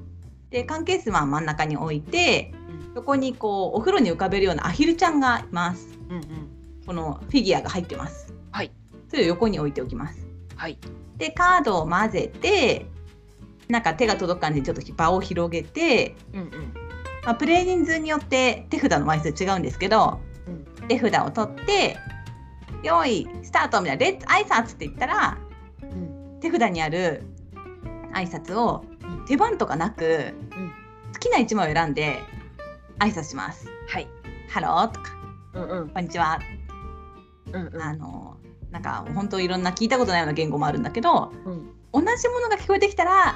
B: で缶ケースは真ん中に置いて
A: うん
B: そこにこうお風呂に浮かべるようなアヒルちゃんがいます。
A: うんうん。
B: このフィギュアが入ってます。
A: はい。
B: それを横に置いておきます。
A: はい。
B: でカードを混ぜてなんか手が届く感じにちょっと場を広げて、
A: うんうん。
B: まあ、プレイ人数によって手札の枚数違うんですけど、
A: う
B: 手札を取って「用意スタート」みたいな「レッツ挨拶」って言ったら
A: うん。
B: 手札にある挨拶を
A: うん
B: 手番とかなく、
A: うん
B: 好きな1枚を選んで挨拶します。
A: はい。
B: ハローとか
A: うんうん
B: こんにちは。
A: うんうん。
B: あのなんか本当いろんな聞いたことないような言語もあるんだけど、
A: うん
B: 同じものが聞こえてきたら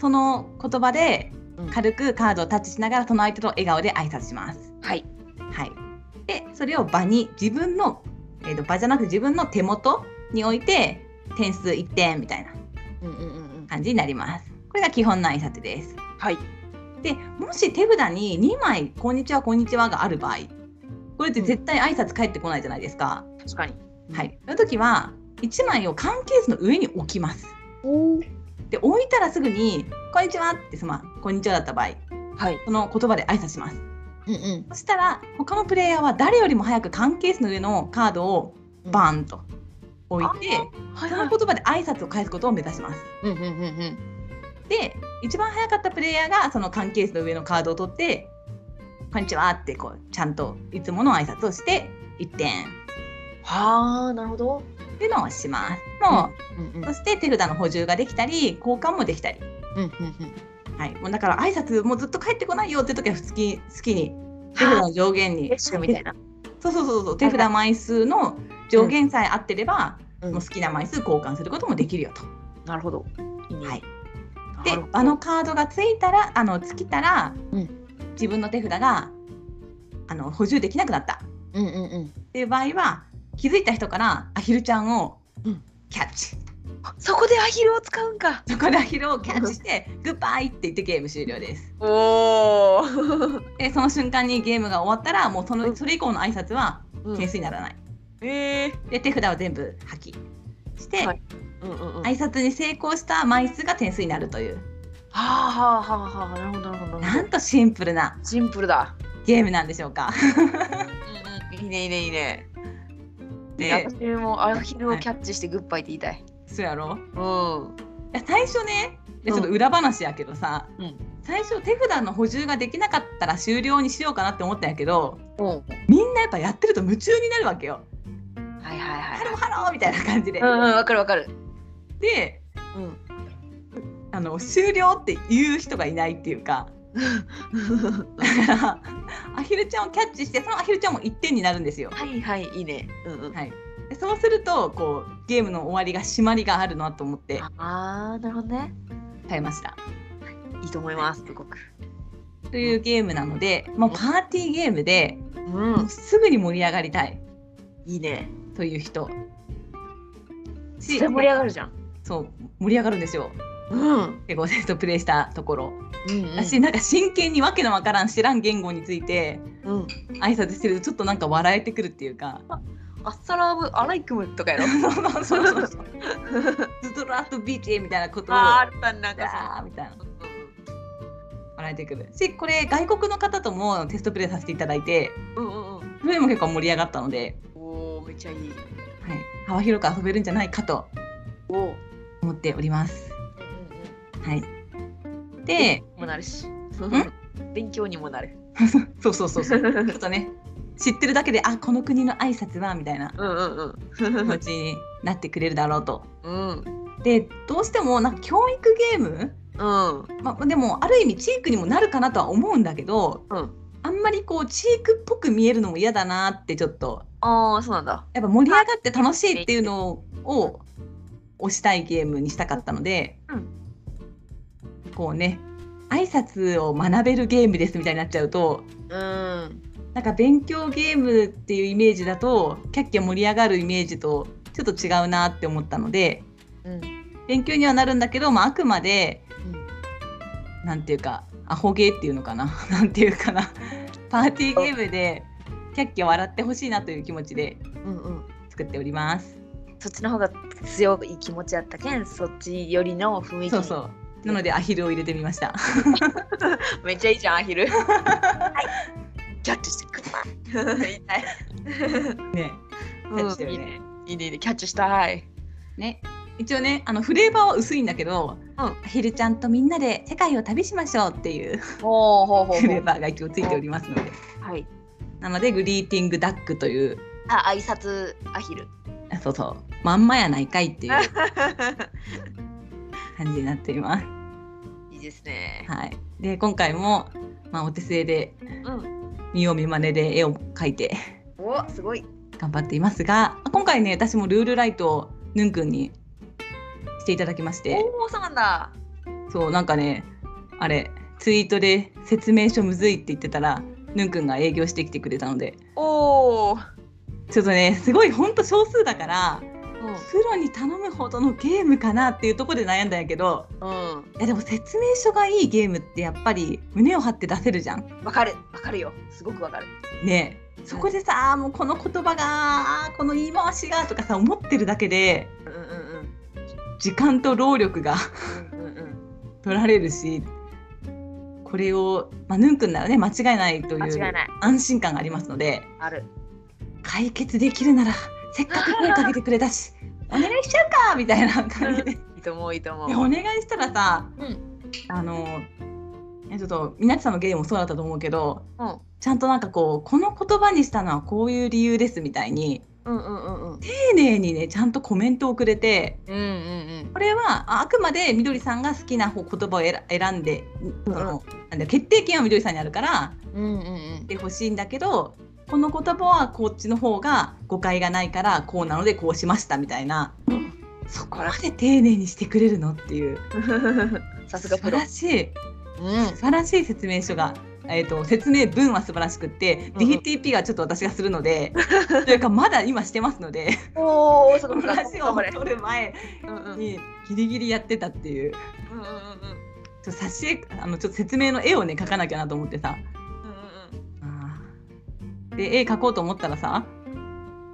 B: その言葉で
A: うん
B: 軽くカードをタッチしながらその相手と笑顔で挨拶します。
A: はい。
B: はい、でそれを場に自分の、えー、と場じゃなくて自分の手元に置いて点数1点みたいな
A: うんうんうんうん。
B: 感じになります。これが基本の挨拶です。
A: はい。
B: でもし手札に2枚「こんにちはこんにちは」がある場合これって絶対挨拶返ってこないじゃないですか。
A: 確かに。
B: はい、その時は1枚を缶ケースの上に置きます。
A: おお。
B: で置いたらすぐに「こんにちは」ってその「こんにちは」だった場合
A: はい。
B: その言葉で挨拶します
A: うんうん。
B: そしたら他のプレイヤーは誰よりも早く缶ケースの上のカードをバーンと置いて、
A: はい
B: その言葉で挨拶を返すことを目指します
A: うんうんうんうん。
B: で一番早かったプレイヤーがその缶ケースの上のカードを取って「こんにちは」ってこうちゃんといつもの挨拶をして1点っ
A: はあ、なるほど。
B: ていうのをしますも
A: うんうん
B: う、そして手札の補充ができたり交換もできたり
A: うんうん
B: はい、もうだから挨拶もうずっと帰ってこないよって時は好き好きに手札の上限に
A: レッシュみたいな。
B: そうそうそうそう手札枚数の上限さえ合ってれば、
A: うん
B: もう好きな枚数交換することもできるよと。
A: なるほど。
B: はい、
A: い
B: で
A: なるほど
B: あのカードがついたらあの尽きたら、
A: うん
B: 自分の手札があの補充できなくなった
A: うんうんうん。
B: っていう場合は気づいた人からアヒルちゃんを
A: うん
B: キャッチ、
A: そこでアヒルを使うんか。
B: そこでアヒルをキャッチしてグッバイって言ってゲーム終了です。
A: おお。
B: でその瞬間にゲームが終わったらもうそのそれ以降の挨拶は
A: うん
B: 点数にならない。えー、で手札を全部破棄して、
A: はいうんうんうん。
B: 挨拶に成功した枚数が点数になるという
A: はあはあはあはあ。なるほどなるほど。なる
B: な
A: ほ
B: ん
A: ど
B: とシンプルな
A: シンプルだ。
B: ゲームなんでしょうか。
A: いいねいいねいいね。
B: で
A: 私もアヒルをキャッチしてグッバイって言いたい。
B: そうや
A: う
B: ろ
A: ん。
B: いや最初ねいや
A: う
B: ち
A: ん
B: ょっと裏話やけどさ、
A: うん
B: 最初手札の補充ができなかったら終了にしようかなって思ったんやけど
A: うん。
B: みんなやっぱやってると夢中になるわけよ。
A: はいはいは
B: ハロ
A: い。
B: ーハローみたいな感じで。
A: うんうんわかるわかる。
B: で
A: うん。
B: あの終了って言う人がいないっていうかだからアヒルちゃんをキャッチしてそのアヒルちゃんも1点になるんですよ。
A: はいはいいいね。うんうん。
B: はい、でそうするとこうゲームの終わりが締まりがあるなと思って
A: ああなるほどね。
B: 買いました。
A: いいと思います。すごく。
B: というゲームなので、まあ、パーティーゲームで
A: う
B: もう。すぐに盛り上がりたい
A: いいね。
B: という人。し
A: それ盛り上がるじゃん。
B: そう盛り上がるんですよ。
A: うん。うん
B: で、ゴセットプレイしたところ、
A: うん。
B: 私なんか真剣にわけのわからん知らん言語について
A: うん。
B: 挨拶してるとちょっとなんか笑えてくるってい うか、
A: アッサラーブアライクムとか やろ。
B: そうそうそうそうそう。ズドラートビーチみたいなことを、
A: あーあ
B: あ
A: ったねなんか
B: ーみたいな
A: その
B: 笑えてくる。し、これ外国の方ともテストプレイさせていただいて、
A: うんうんうん。
B: それも結構盛り上がったので、
A: おおめっちゃいい。
B: はい、幅広く遊べるんじゃないかと
A: おお。うんうん
B: 思っております。
A: う
B: はい。で、
A: ん。もなるし。勉強にもなる。
B: そうそ うそうそう。ちょっとね、知ってるだけで、あ、この国の挨拶はみたいな
A: うんうん
B: 気 持ちになってくれるだろうと。
A: うん。うん。
B: で、どうしてもなんか教育ゲーム、
A: うん。
B: まあ、でもある意味チークにもなるかなとは思うんだけど、
A: うん。
B: あんまりこうチークっぽく見えるのも嫌だなってちょっと
A: ああそうなんだ。
B: やっぱ盛り上がって楽しいっていうのを推したいゲームにしたかったので、
A: うん
B: こうね挨拶を学べるゲームですみたいになっちゃうと
A: うん。
B: なんか勉強ゲームっていうイメージだとキャッキャ盛り上がるイメージとちょっと違うなって思ったので
A: うん。
B: 勉強にはなるんだけど、まあ、あくまでなんていうかアホゲーっていうのかな なんていうかなパーティーゲームでキャッキャ笑ってほしいなという気持ちで
A: うんうん。
B: 作っております。
A: そっちの方が強い気持ちあったけん、そっちよりの雰囲気。
B: そうそうなのでアヒルを入れてみました。
A: めっちゃいいじゃん、アヒル。はい。キャッチしてください。痛い。
B: ね、
A: うん
B: キャッチだよね
A: いいねいいね、キャッチしたい。
B: ね一応ねあのフレーバーは薄いんだけど、
A: うん
B: アヒルちゃんとみんなで世界を旅しましょうっていう
A: ほうほうほう
B: フ
A: ほ
B: レー
A: う。
B: バーが一応ついておりますので
A: はい。
B: なのでグリーティングダックという
A: あ、挨拶アヒル。
B: あそうそうまんまやないかいっていう感じになっています。
A: いいですね。
B: はい、で今回も、まあ、お手製で
A: うん。
B: 見よう見まねで絵を描いて
A: お、すごい。
B: 頑張っていますが今回ね私もルールライトをヌン君にしていただきまして。
A: おお、そうなんだ。
B: そうなんかねあれツイートで説明書むずいって言ってたらぬんくんが営業してきてくれたので
A: おお。
B: ちょっとねすごいほんと少数だから
A: う
B: プロに頼むほどのゲームかなっていうところで悩んだんやけど
A: ん。
B: いやでも説明書がいいゲームってやっぱり胸を張って出せるじゃん。
A: うん。わかる。わかるよ。すごくわかる。
B: ねえそこでさあもうこの言葉があーこの言い回しがとかさ思ってるだけで
A: うんうん
B: 時間と労力が
A: うん。うんうん
B: 取られるしこれを、まあ、ぬんくんならね間違いないと
A: う
B: い
A: ん。
B: う
A: 間違いない。
B: 安心感がありますので
A: ある。
B: 解決できるならせっかく声かけてくれた しお願いしちゃうかみたいな感じで
A: いいと思う。いいと
B: でお
A: 思う。
B: 願いしたらさ、
A: うん
B: あのえちょっとみなちさんのゲームもそうだったと思うけど
A: うん。
B: ちゃんとなんかこうこの言葉にしたのはこういう理由ですみたいに
A: うんうんうんうん。
B: 丁寧にねちゃんとコメントをくれて
A: うんうん
B: これはああくまでみどりさんが好きな方言葉を選選んで、そのなんだ決定権はみどりさんにあるから
A: うん。うんうんうん
B: っ。てほしいんだけどこの言葉はこっちの方が誤解がないからこうなのでこうしましたみたいな、そこまで丁寧にしてくれるのっていう
A: さすがプ
B: 素晴
A: ロ。
B: らしい
A: うん
B: 素晴らしい説明書が、えー、と説明文は素晴らしくって、
A: うんうん
B: DTP がちょっと私がする のでというかまだ今してますので
A: おお、そこそこ
B: 話
A: 頑
B: を
A: 張れ。
B: 取る前
A: うんうんうんうん
B: にギリギリやってたっていう。
A: うん
B: ちょっと挿絵あのちょっと説明の絵をね描かなきゃなと思ってさ
A: うんうん
B: あーで絵描こうと思ったらさ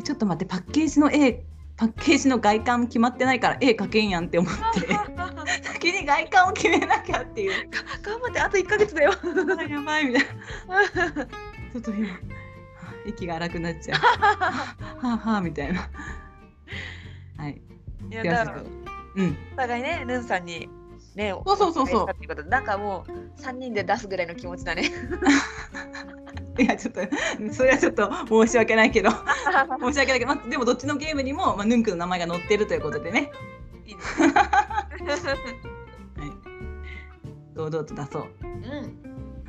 B: ちょっと待ってパッケージの絵パッケージの外観決まってないから絵描けんやんって思って
A: 頑
B: 先に外観を決めなきゃっていう
A: 張ってあと1ヶ月だよ。
B: あやばいみたいなちょっと今息が荒くなっちゃうはあはあみたいなはい
A: い
B: い
A: や
B: や
A: だ
B: ちょ
A: か
B: っ
A: ら
B: とうん
A: お互いねヌンさんにね
B: そうそうそうそう
A: お伝えしたっていうことでなんかもう3人で出すぐらいの気持ちだね。
B: いやちょっとそれはちょっと申し訳ないけど申し訳ないけど、まあ、でもどっちのゲームにも、まあ、ヌンクの名前が載ってるということでね、
A: いいですね
B: はい、堂々と出そう
A: うん。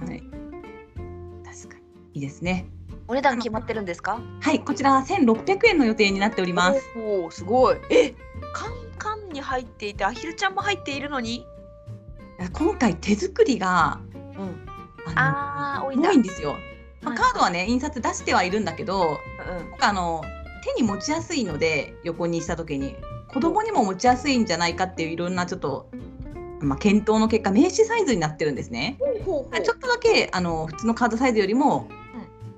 B: はい確かにいいですね
A: お値段決まってるんですか？
B: はいこちら1600円の予定になっております
A: おおすごい。えカンカンに入っていてアヒルちゃんも入っているのに。
B: 今回手作りが
A: うん。
B: あ
A: ああ多いん
B: の
A: だ。
B: 多いんですよ、まあ
A: はい
B: カードはね印刷出してはいるんだけど
A: うん
B: なんかあの手に持ちやすいので横にした時に子供にも持ちやすいんじゃないかっていういろんなちょっと、まあ、検討の結果名刺サイズになってるんですね。
A: ほうほうほう。
B: ちょっとだけあの普通のカードサイズよりも、
A: うん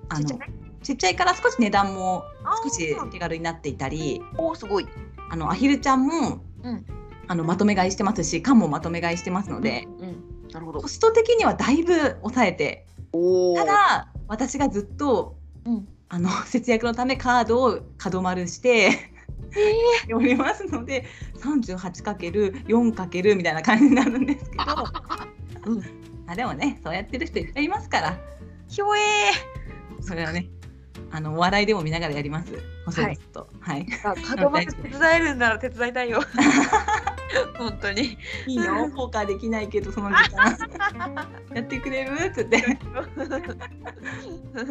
B: あ
A: ちっちゃ
B: の
A: いね
B: ちっちゃいから少し値段も
A: あー
B: 少し手軽になっていたり
A: おおすごい。
B: あのアヒルちゃんも、
A: うん
B: あのまとめ買いしてますし缶もまとめ買いしてますので、
A: うん。なるほど
B: コ。スト的にはだいぶ抑えて
A: おお。
B: ただ私がずっと、
A: うん
B: あの 節約のためカードを角丸して
A: え
B: おりますので 38×4× みたいな感じになるんですけど、
A: うん
B: あでもねそうやってる人いっぱいいますから
A: ー、ひょえ
B: それはねあのお笑いでも見ながらやります細々と。はい
A: ー。あ角まで手伝えるんなら手伝いたいよ。 本当に。
B: いいよ、 ポーカーできないけど、その時間。 やってくれるっつって。だ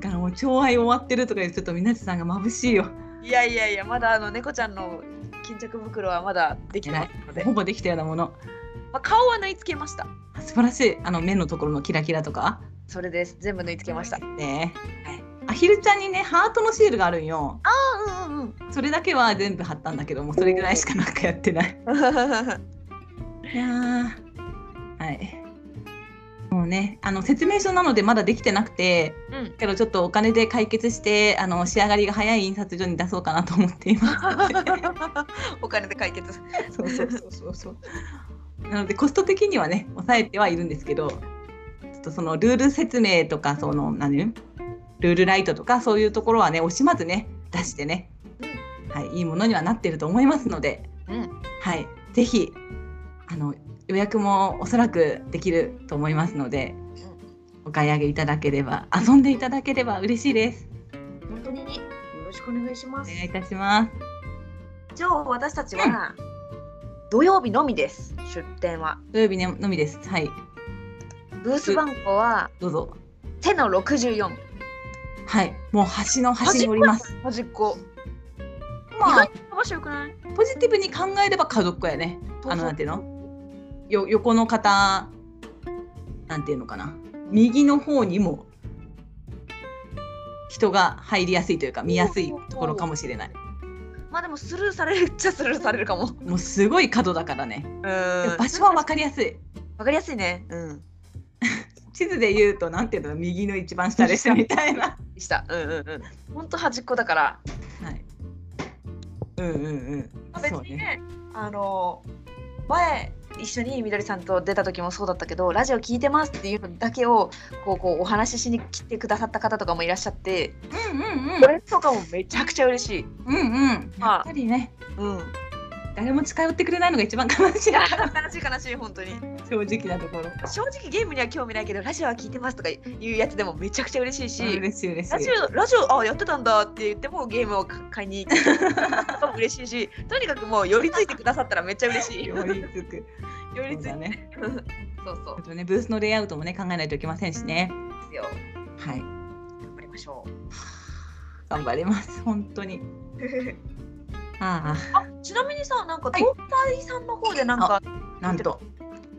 B: からもう、寵愛終わってるとか言って、ちょっとみなちさんが眩しいよ。
A: いやいやいや、まだあの猫ちゃんの巾着袋はまだできてないので、
B: ほ
A: ま
B: ぼできたようなもの。
A: あ、顔は縫い付けました。
B: 素晴らしい。あの、目のところのキラキラとか。
A: それです。全部縫い付けました。
B: ねはいアヒルちゃんにね、ハートのシールがあるんよ。
A: あ、うんうん
B: それだけは全部貼ったんだけど、もうそれぐらいしかなんかやってない。
A: うん。
B: いやーはい。もうね、あの説明書なのでまだできてなくて、
A: うん
B: けどちょっとお金で解決してあの仕上がりが早い印刷所に出そうかなと思っています。
A: お金で解決。
B: そうそうそうそうそう。なのでコスト的にはね抑えてはいるんですけど、ちょっとそのルール説明とかその何ルールライトとかそういうところはね惜しまずね出してね、はいいいものにはなってると思いますので、
A: うん。
B: はいぜひあの予約もおそらくできると思いますので、お買い上げいただければ遊んでいただければ嬉しいです。
A: 本当にね、よろしくお願いしま
B: お
A: す
B: 願。いいたします。
A: 一応私たちは土曜日のみです。出店は。
B: 土曜日ねのみです。はい、
A: ブース番号は
B: どうぞ。
A: 手の六十四。
B: はい、もう端の端におります。
A: 端っこ。
B: まあ、
A: 場所よくない？
B: ポジティブに考えれば家族やね。あのなんていうの？よ横の方なんていうのかな。右の方にも人が入りやすいというか見やすいところかもしれない。
A: まあでもスルーされるっちゃスルーされるかも。
B: もうすごい角だからね。
A: うん。
B: で
A: 場
B: も場所はわかりやすい。
A: わかりやすいね。うん。
B: 地図で言うとなんていうの？右の一番下ですみた いな。
A: した。うんうんうん。本当端っこだから。
B: はい。うんうんうん
A: まあ。別
B: そう
A: にね
B: ね。
A: あの前一緒にみどりさんと出た時もそうだったけどラジオ聞いてますっていうのだけをこうこうお話ししに来てくださった方とかもいらっしゃって
B: うんうんうん
A: そ。れとかもめちゃくちゃ嬉しい。
B: うんうん。やっぱりね。
A: うん、
B: 誰も近寄ってくれないのが一番悲しい
A: いや悲しい悲しい本当に
B: 正直なところ
A: 正直ゲームには興味ないけどラジオは聞いてますとかいうやつでもめちゃくちゃ嬉しいし
B: 嬉しい嬉し
A: ラ
B: い
A: ジオラジオあやってたんだって言ってもゲームを買いに行くとも嬉しいしとにかくもう寄りついてくださったらめっちゃ嬉しい寄
B: 寄りつく
A: りついて、
B: ね
A: そうそう
B: あとねブースのレイアウトもね考えないといけませんしね
A: ですよ
B: はい
A: 頑張りましょ
B: 頑張ります 本当に
A: う。
B: あ
A: あちなみにさなんか
B: はい
A: 東大さんの方でなんか、
B: あなんと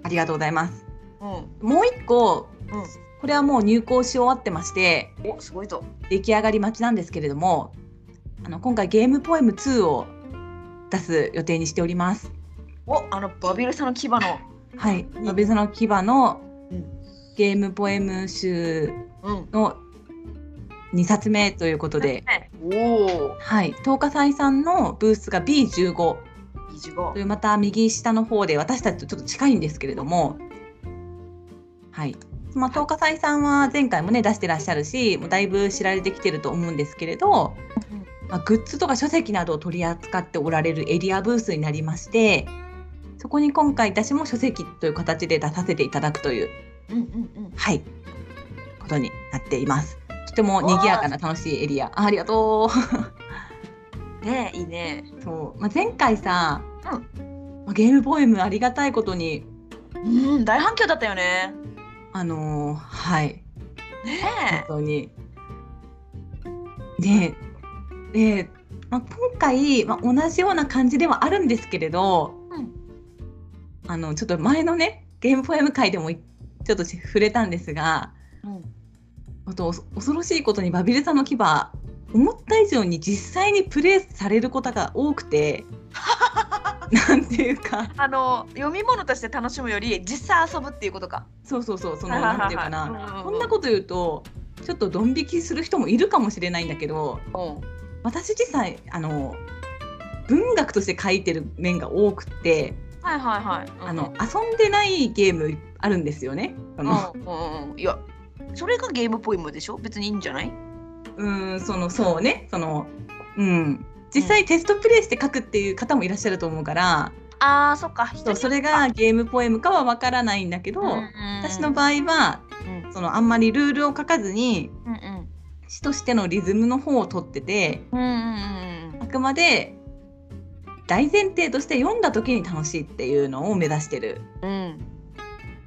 B: ありがとうございます
A: うん
B: もう一個
A: う
B: これはもう入稿し終わってまして
A: んおすごいぞ
B: 出来上がり待ちなんですけれどもあの今回ゲームポエム2を出す予定にしております
A: おあのバビルさんの牙の
B: はいベ別の牙の
A: うん
B: ゲームポエム集
A: うん
B: の2冊目ということで、
A: ねおお。
B: はい、東華祭さんのブースが B15 とい
A: 25。
B: うまた右下の方で私たちとちょっと近いんですけれども、はいまあ、東華祭さんは前回もね出してらっしゃるしもうだいぶ知られてきてると思うんですけれど、まあ、グッズとか書籍などを取り扱っておられるエリアブースになりましてそこに今回私も書籍という形で出させていただくという、
A: うんうん
B: はい、ことになっています。とても賑やかな楽しいエリアあありがとう
A: うん。ねえ、いいね。
B: そう、まあ、前回さ、
A: うん
B: まあゲームボーイムありがたいことに
A: うん、大反響だったよね。
B: あのーはい
A: ね
B: 本当にでで、まあ、今回、まあ、同じような感じではあるんですけれど、
A: うん
B: あのちょっと前のねゲームボーイム会でもいちょっとし触れたんですが
A: え。うん。
B: あとおそ恐ろしいことにバビルさんの牙思った以上に実際にプレイされることが多く てなんていうか
A: あの、読み物として楽しむより、実際遊ぶっていうことか。
B: そうそうそうそ
A: は
B: の
A: いはいはい
B: なんていうかなこんな
A: こ
B: こと言うとちょっとドン引きする人もいるかもしれないんだけど
A: と。
B: 私自体あの文学として書いてる面が多くて
A: はいはいはい。うん
B: あの。遊んでないゲームあるんですよね。あの
A: うんうんうん。いや。それがゲームっぽいもんでしょ別にいいんじゃないう
B: ーんそのそうねそのうん実際テストプレイして書くっていう方もいらっしゃると思うから、
A: ああそっか人に
B: そ
A: よ
B: う
A: っ
B: それ
A: か
B: がゲームポエムかはわからないんだけど、
A: うんうん
B: 私の場合は
A: うん
B: そのあんまりルールを書かずに
A: うんうん
B: 詩としてのリズムの方を取ってて
A: うんうんうん
B: あくまで大前提として読んだ時に楽しいっていうのを目指してる。
A: うんうん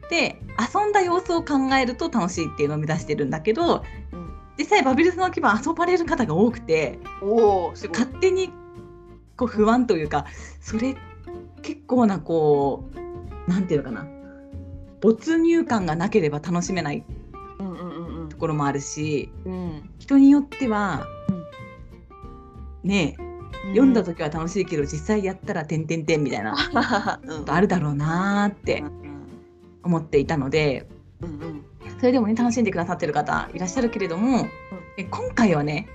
B: で遊んだ様子を考えると楽しいっていうのを目指してるんだけど、
A: うん
B: 実際バビルスの牙遊ばれる方が多くて
A: おおすごい
B: 勝手にこう不安というかそれ結構なこうなんていうのかな没入感がなければ楽しめない
A: うんうんうん
B: ところもあるし
A: うん
B: 人によっては、ねえ読んだ
A: と
B: 時は楽しいけど実際やったら「てんてんてん」みたいな
A: か
B: ことあるだろうなーって
A: うん
B: 思っていたので
A: うんうん
B: それでもね楽しんでくださってる方いらっしゃるけれども、え今回はね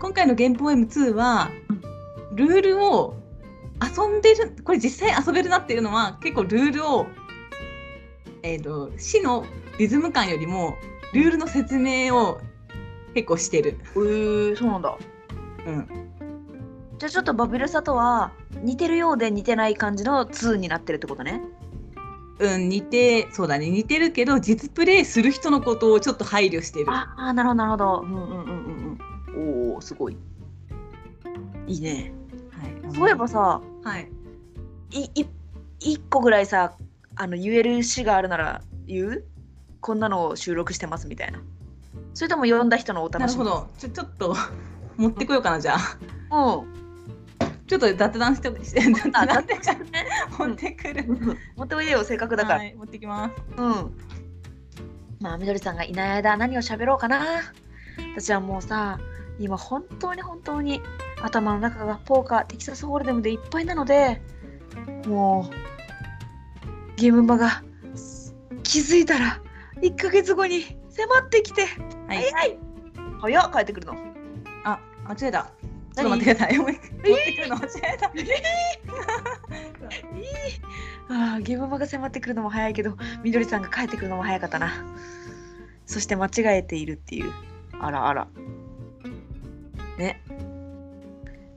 B: 今回の「原本 M2」はルールを遊んでるこれ実際遊べるなっていうのは結構ルールを、えー、と死のリズム感よりもルールの説明を結構してる。
A: ええそうなんだ
B: うん、
A: じゃあちょっとバビルサとは似てるようで似てない感じの2になってるってことね
B: うん、似てそうだね似てるけど実プレイする人のことをちょっと配慮してる。
A: ああなるほどなるほどうんうんうんうんうんおおすごいいいね
B: はい、
A: そういえばさ
B: はい、
A: いい一個ぐらいさあの言える詩があるなら言うこんなのを収録してますみたいなそれとも読んだ人のお
B: な
A: 楽
B: る
A: し
B: ほ
A: み
B: どちょちょっと 持ってこようかなじゃあ
A: うん
B: ちょっと雑談してして雑
A: あだっ
B: 談ってて持ってくる
A: 持っておいでよせっかくだから、
B: はい持ってきます
A: うんまあみどりさんがいない間何を喋ろうかな私はもうさ今本当に本当に頭の中がポーカーテキサスホールデムでいっぱいなのでもうゲーム場が気づいたら1ヶ月後に迫ってきて
B: は
A: はい
B: い
A: はい。早っ帰ってくるの。
B: あ間違えたちょっと待ってくださいもう一回持ってくるの間違えた
A: ああ、ゲームマが迫ってくるのも早いけど、みどりさんが帰ってくるのも早かったな。そして間違えているっていう。あらあら。ね。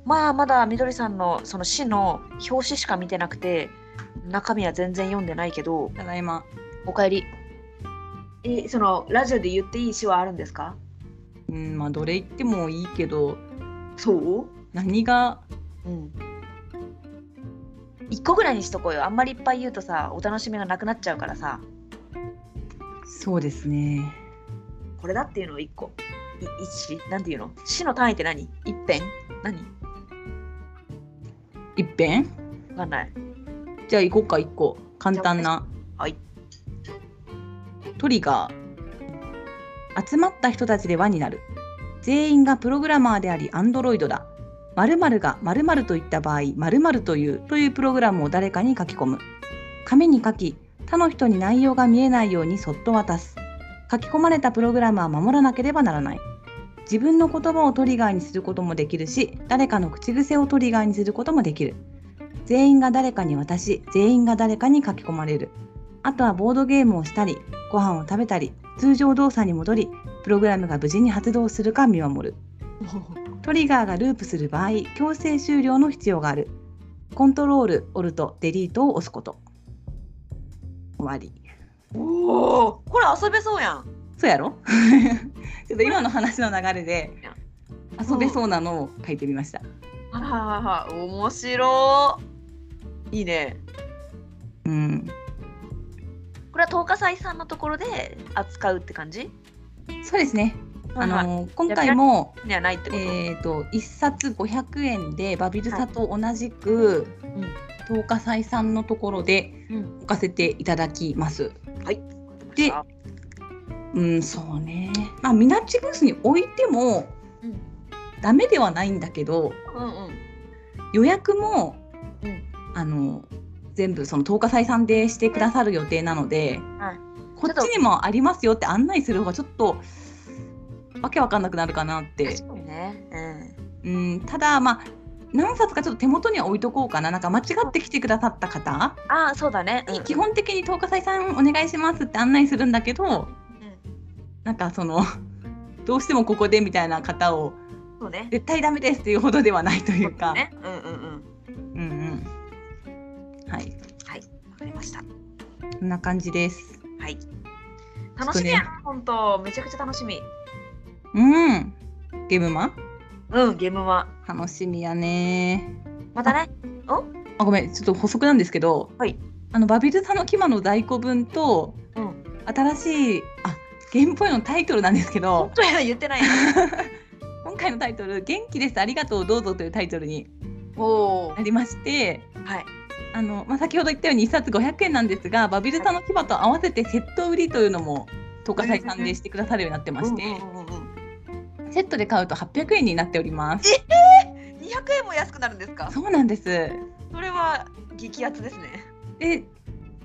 A: まあまだみどりさんのその詩の表紙しか見てなくて中身は全然読んでないけど
B: ただいま
A: おかえりえそのラジオで言っていい詩はあるんですか
B: うんまあどれ言ってもいいけど
A: そう
B: 何が
A: うん1個ぐらいにしとこうよあんまりいっぱい言うとさお楽しみがなくなっちゃうからさ
B: そうですね
A: これだっていうのを1個い一なんていうの死の単位って何一辺何
B: 一遍
A: わかんない
B: じゃあ行こうか一個簡単な
A: はい
B: トリガー集まった人たちで輪になる全員がプログラマーでありアンドロイドだ〇〇が〇〇といった場合〇〇というというプログラムを誰かに書き込む紙に書き他の人に内容が見えないようにそっと渡す書き込まれたプログラムは守らなければならない自分の言葉をトリガーにすることもできるし誰かの口癖をトリガーにすることもできる全員が誰かに渡し全員が誰かに書き込まれるあとはボードゲームをしたりご飯を食べたり通常動作に戻りプログラムが無事に発動するか見守るトリガーがループする場合強制終了の必要があるコントロールオルトデリートを押すこと終わり
A: おおこれ遊べそうやん
B: そうやろ ちょっと今の話の流れで遊べそうなのを書いてみました
A: あー面白いいいね
B: うん
A: これは東華祭さんのところで扱うって感じ
B: そうですねあ
A: はいは
B: の今回も
A: いではないってこと、
B: えー、と1冊500円でバビルサと同じく、東華祭さんのところで
A: うん
B: 置かせていただきます。でうん、そうね。まあ、ミナッチブースに置いても、
A: うん
B: ダメではないんだけど、
A: うんうん
B: 予約も、
A: うん
B: あの全部その東華祭さんでしてくださる予定なので、
A: はい
B: こっちにもありますよって案内する方がちょっとわけわかんなくなるかなって
A: 確かにね
B: うん、ただまあ何冊かちょっと手元には置いとこうかななんか間違って来てくださった方
A: うんああそうだね、うん
B: に基本的に「東華祭さんお願いします」って案内するんだけど
A: うん
B: なんかその どうしてもここでみたいな方を
A: そうね
B: 絶対ダメですっていうほどではないというか
A: ねうんうんうん
B: うんうんはい
A: わかりました
B: こんな感じです
A: はい楽しみやな、ほんとめちゃくちゃ楽しみ
B: うんゲームマン
A: うんゲームは
B: 楽しみやね
A: またね
B: あごめんちょっと補足なんですけど、
A: はい
B: あのバビルさんの牙の在庫分と
A: うん
B: 新しいあゲームっぽいのタイトルなんですけど
A: 本当や言ってない な
B: 今回のタイトル「元気ですありがとうどうぞ」というタイトルに
A: おお
B: なりまして
A: はい
B: あの、まあ、先ほど言ったように1冊500円なんですがバビルさんの牙と合わせてセット売りというのも東華祭さんでしてくださるようになってまして、
A: うんうんうんうん
B: セットで買うと800円になっております。
A: 200円も安くなるんですか
B: そうなんです
A: それは激アツですね
B: で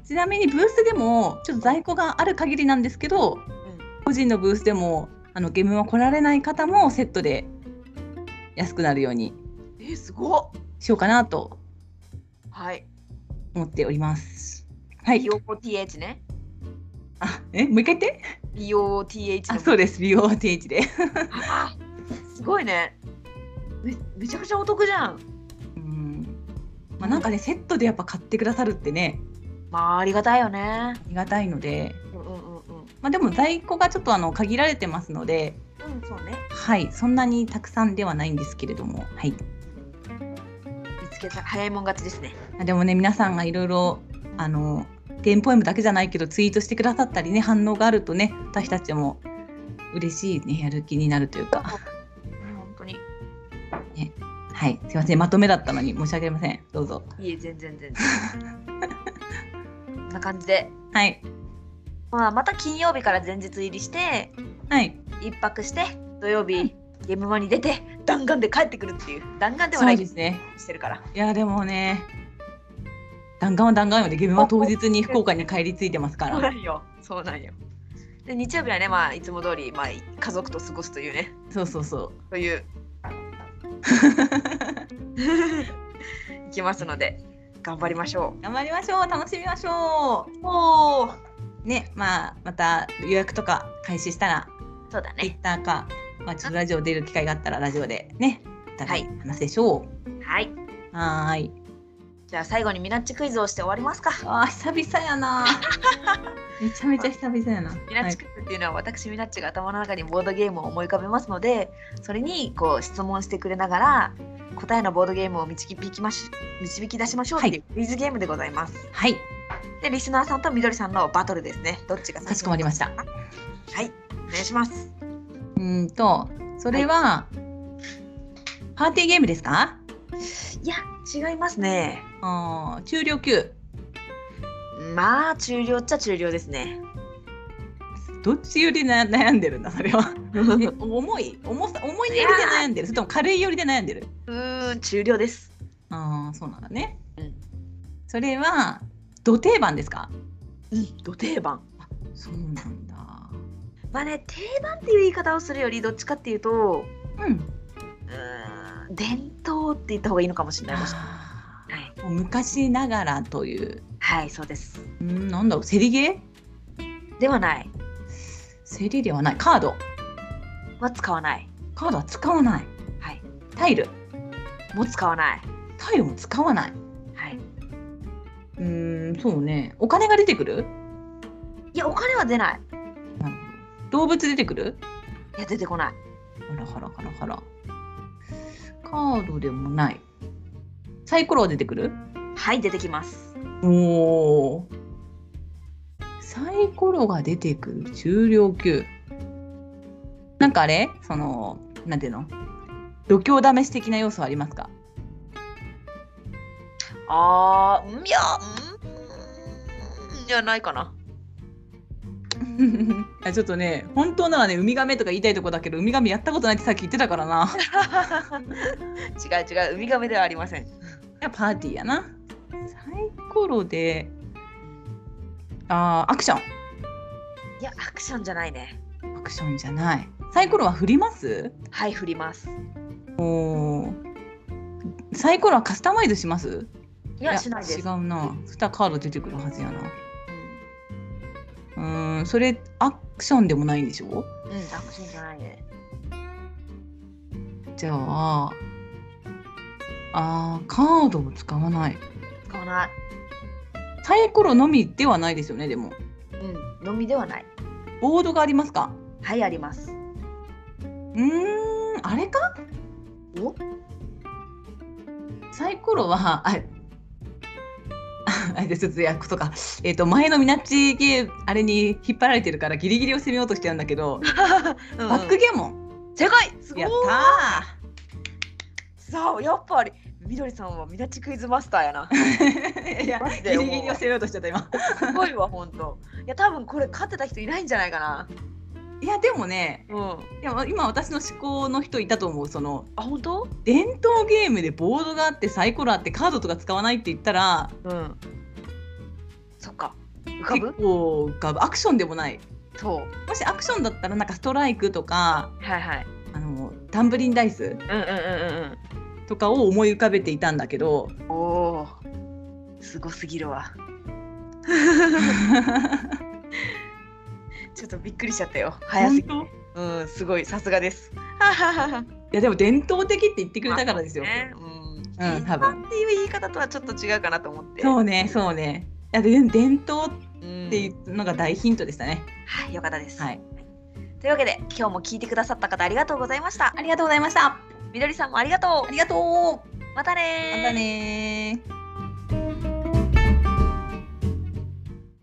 B: ちなみにブースでもちょっと在庫がある限りなんですけど、個人のブースでもあのゲームは来られない方もセットで安くなるように
A: えすごっ
B: しようかなと
A: はい
B: 思っております。はい。
A: BOTH ね
B: あ、え、もう一回言って。
A: BOTH の
B: あ、そうです。美容 T. H. で。
A: あ すごいねめめちゃくちゃお得じゃん
B: うん。まあ、なんかね、セットでやっぱ買ってくださるってね、
A: まあありがたいよね
B: ありがたいので。
A: うんうんうんうん
B: まあ、でも在庫がちょっとあの限られてますので。
A: うんそうね
B: はい、そんなにたくさんではないんですけれども。はい。
A: 見つけた早いもん勝ちですね
B: あでもね、皆さんがいろいろ、あの。テンポエムだけじゃないけど、ツイートしてくださったりね、反応があるとね、私たちも。嬉しいね、やる気になるというか。
A: うん本当に
B: はい、すいません、まとめだったのに、申し訳ありません。どうぞ。
A: いえ全然全然 こんな感じで、
B: はい。
A: まあ、また金曜日から前日入りして
B: はい。
A: 一泊して土曜日ゲームマに出て弾丸で帰ってくるっていう弾丸では
B: そ
A: な
B: う
A: い
B: ですね。
A: してるから
B: いやでもね弾丸は弾丸までゲームは当日に福岡に帰り着いてますか
A: そう
B: ら
A: なんよそうなんよで日曜日はねまあいつも通りまあ家族と過ごすというね
B: そうそうそう
A: という いきますので頑張りましょ
B: 頑張りましょう楽しみましょ
A: うおお
B: うねまあまた予約とか開始したら
A: そうだね
B: Twitter か、まあ、ちょっとラジオ出る機会があったらラジオでねお互い話でしょ
A: はい。
B: うはーい
A: じゃあ最後にミナッチクイズをして終わりますか。
B: あー久々や なめちゃめちゃ久々やな
A: ミナッチクイズっていうのは私ミナッチが頭の中にボードゲームを思い浮かべますので、それにこう質問してくれながら答えのボードゲームを導きまし導き出しましょうっていうクイズゲームでございます。
B: はい、はい、
A: でリスナーさんとみどりさんのバトルですね。どっちが
B: かしこまりました
A: はい。お願いします。
B: うーんとそれは、パーティーゲームですか
A: いや違いますね。
B: あー中量級
A: まあ中量っちゃ中量ですね。
B: どっちよりな悩んでる んだそれはえ重い重さ重いよりで悩んでるそれとも軽いよりで悩んでる
A: うーん中量です。
B: ああそうなんだね、
A: うん
B: それは土定番ですか
A: うん。ど定番。
B: そうなんだ
A: まあね定番っていう言い方をするよりどっちかっていうと
B: うん。
A: うーん伝統って言った方がいいのかもしれないです
B: あ
A: はい、
B: ーもう昔ながらという。
A: はい、そうです
B: うん、なんだろう、競りゲ
A: ではない
B: ー競りではない。カード。
A: は使わない
B: カードは使わない。
A: はい
B: タイル。
A: も使わない
B: タイルも使わない。
A: はい、
B: うーん、そうね。お金が出てくる
A: いやお金は出ない
B: 動物出てくる
A: いや出てこない
B: ハラハラハラハラ。カードでもない。サイコロは出てくる
A: はい出てきます
B: おお。サイコロが出てくる重量級。なんかあれその、なんていうの度胸試し的な要素はありますか
A: あーんいやうんじゃないか な
B: いやちょっとね、本当ならね、ウミガメとか言いたいとこだけど、ウミガメやったことないってさっき言ってたからな。
A: 違う違うウミガメではありません
B: い やパーティーやな。サイコロで、あーアクション。
A: いやアクションじゃないね
B: アクションじゃない。サイコロは振ります
A: はい振ります
B: おーサイコロはカスタマイズします
A: いやしないです
B: 違うな。そしたらカード出てくるはずやな。うーん、それアクションでもないんでしょ
A: うん、うん、アクションじゃないね
B: じゃあ、あーカードを使わない。
A: 使わない
B: サイコロのみではないですよね、でも。
A: うんのみではない
B: ボードがありますか
A: はいあります
B: うーん、あれか
A: お
B: サイコロは、あ、あでちょっといやことか、えっ、と前のミナッチゲームあれに引っ張られてるからギリギリを攻めようとしてるんだけど、バックゲーム
A: 正解すごい
B: やった
A: さあやっぱりみどりさんはミナチクイズマスターやな
B: ー。いや
A: マジ
B: ギ
A: で
B: リギリを攻めようとしちゃった今。
A: すごいわほんといや多分これ勝ってた人いないんじゃないかない
B: やでもね、
A: うん
B: いや今私の思考の人いたと思う。その
A: あ本当
B: 伝統ゲームでボードがあってサイコロあってカードとか使わないって言ったら
A: うんそっか浮か
B: 結
A: ぶ
B: 構浮かぶアクションでもない。
A: そう
B: もしアクションだったらなんかストライクとか
A: はいはい
B: あのタンブリンダイス
A: うんうんうんうん
B: とかを思い浮かべていたんだけど。
A: おおすごすぎるわちょっとびっくりしちゃったよ早すぎ
B: 本当
A: うんすごいさすがです
B: いやでも伝統的って言ってくれたからですよ。
A: ねうん
B: うん多分
A: 一般っていう言い方とはちょっと違うかなと思って
B: そうねそうね。いやで伝統
A: うん
B: っていうのが大ヒントでしたね。
A: はいよかったです、
B: はい。
A: というわけで今日も聞いてくださった方ありがとうございました
B: ありがとうございました。
A: みどりさんもありがとう
B: ありがとう。
A: またねー
B: またねー。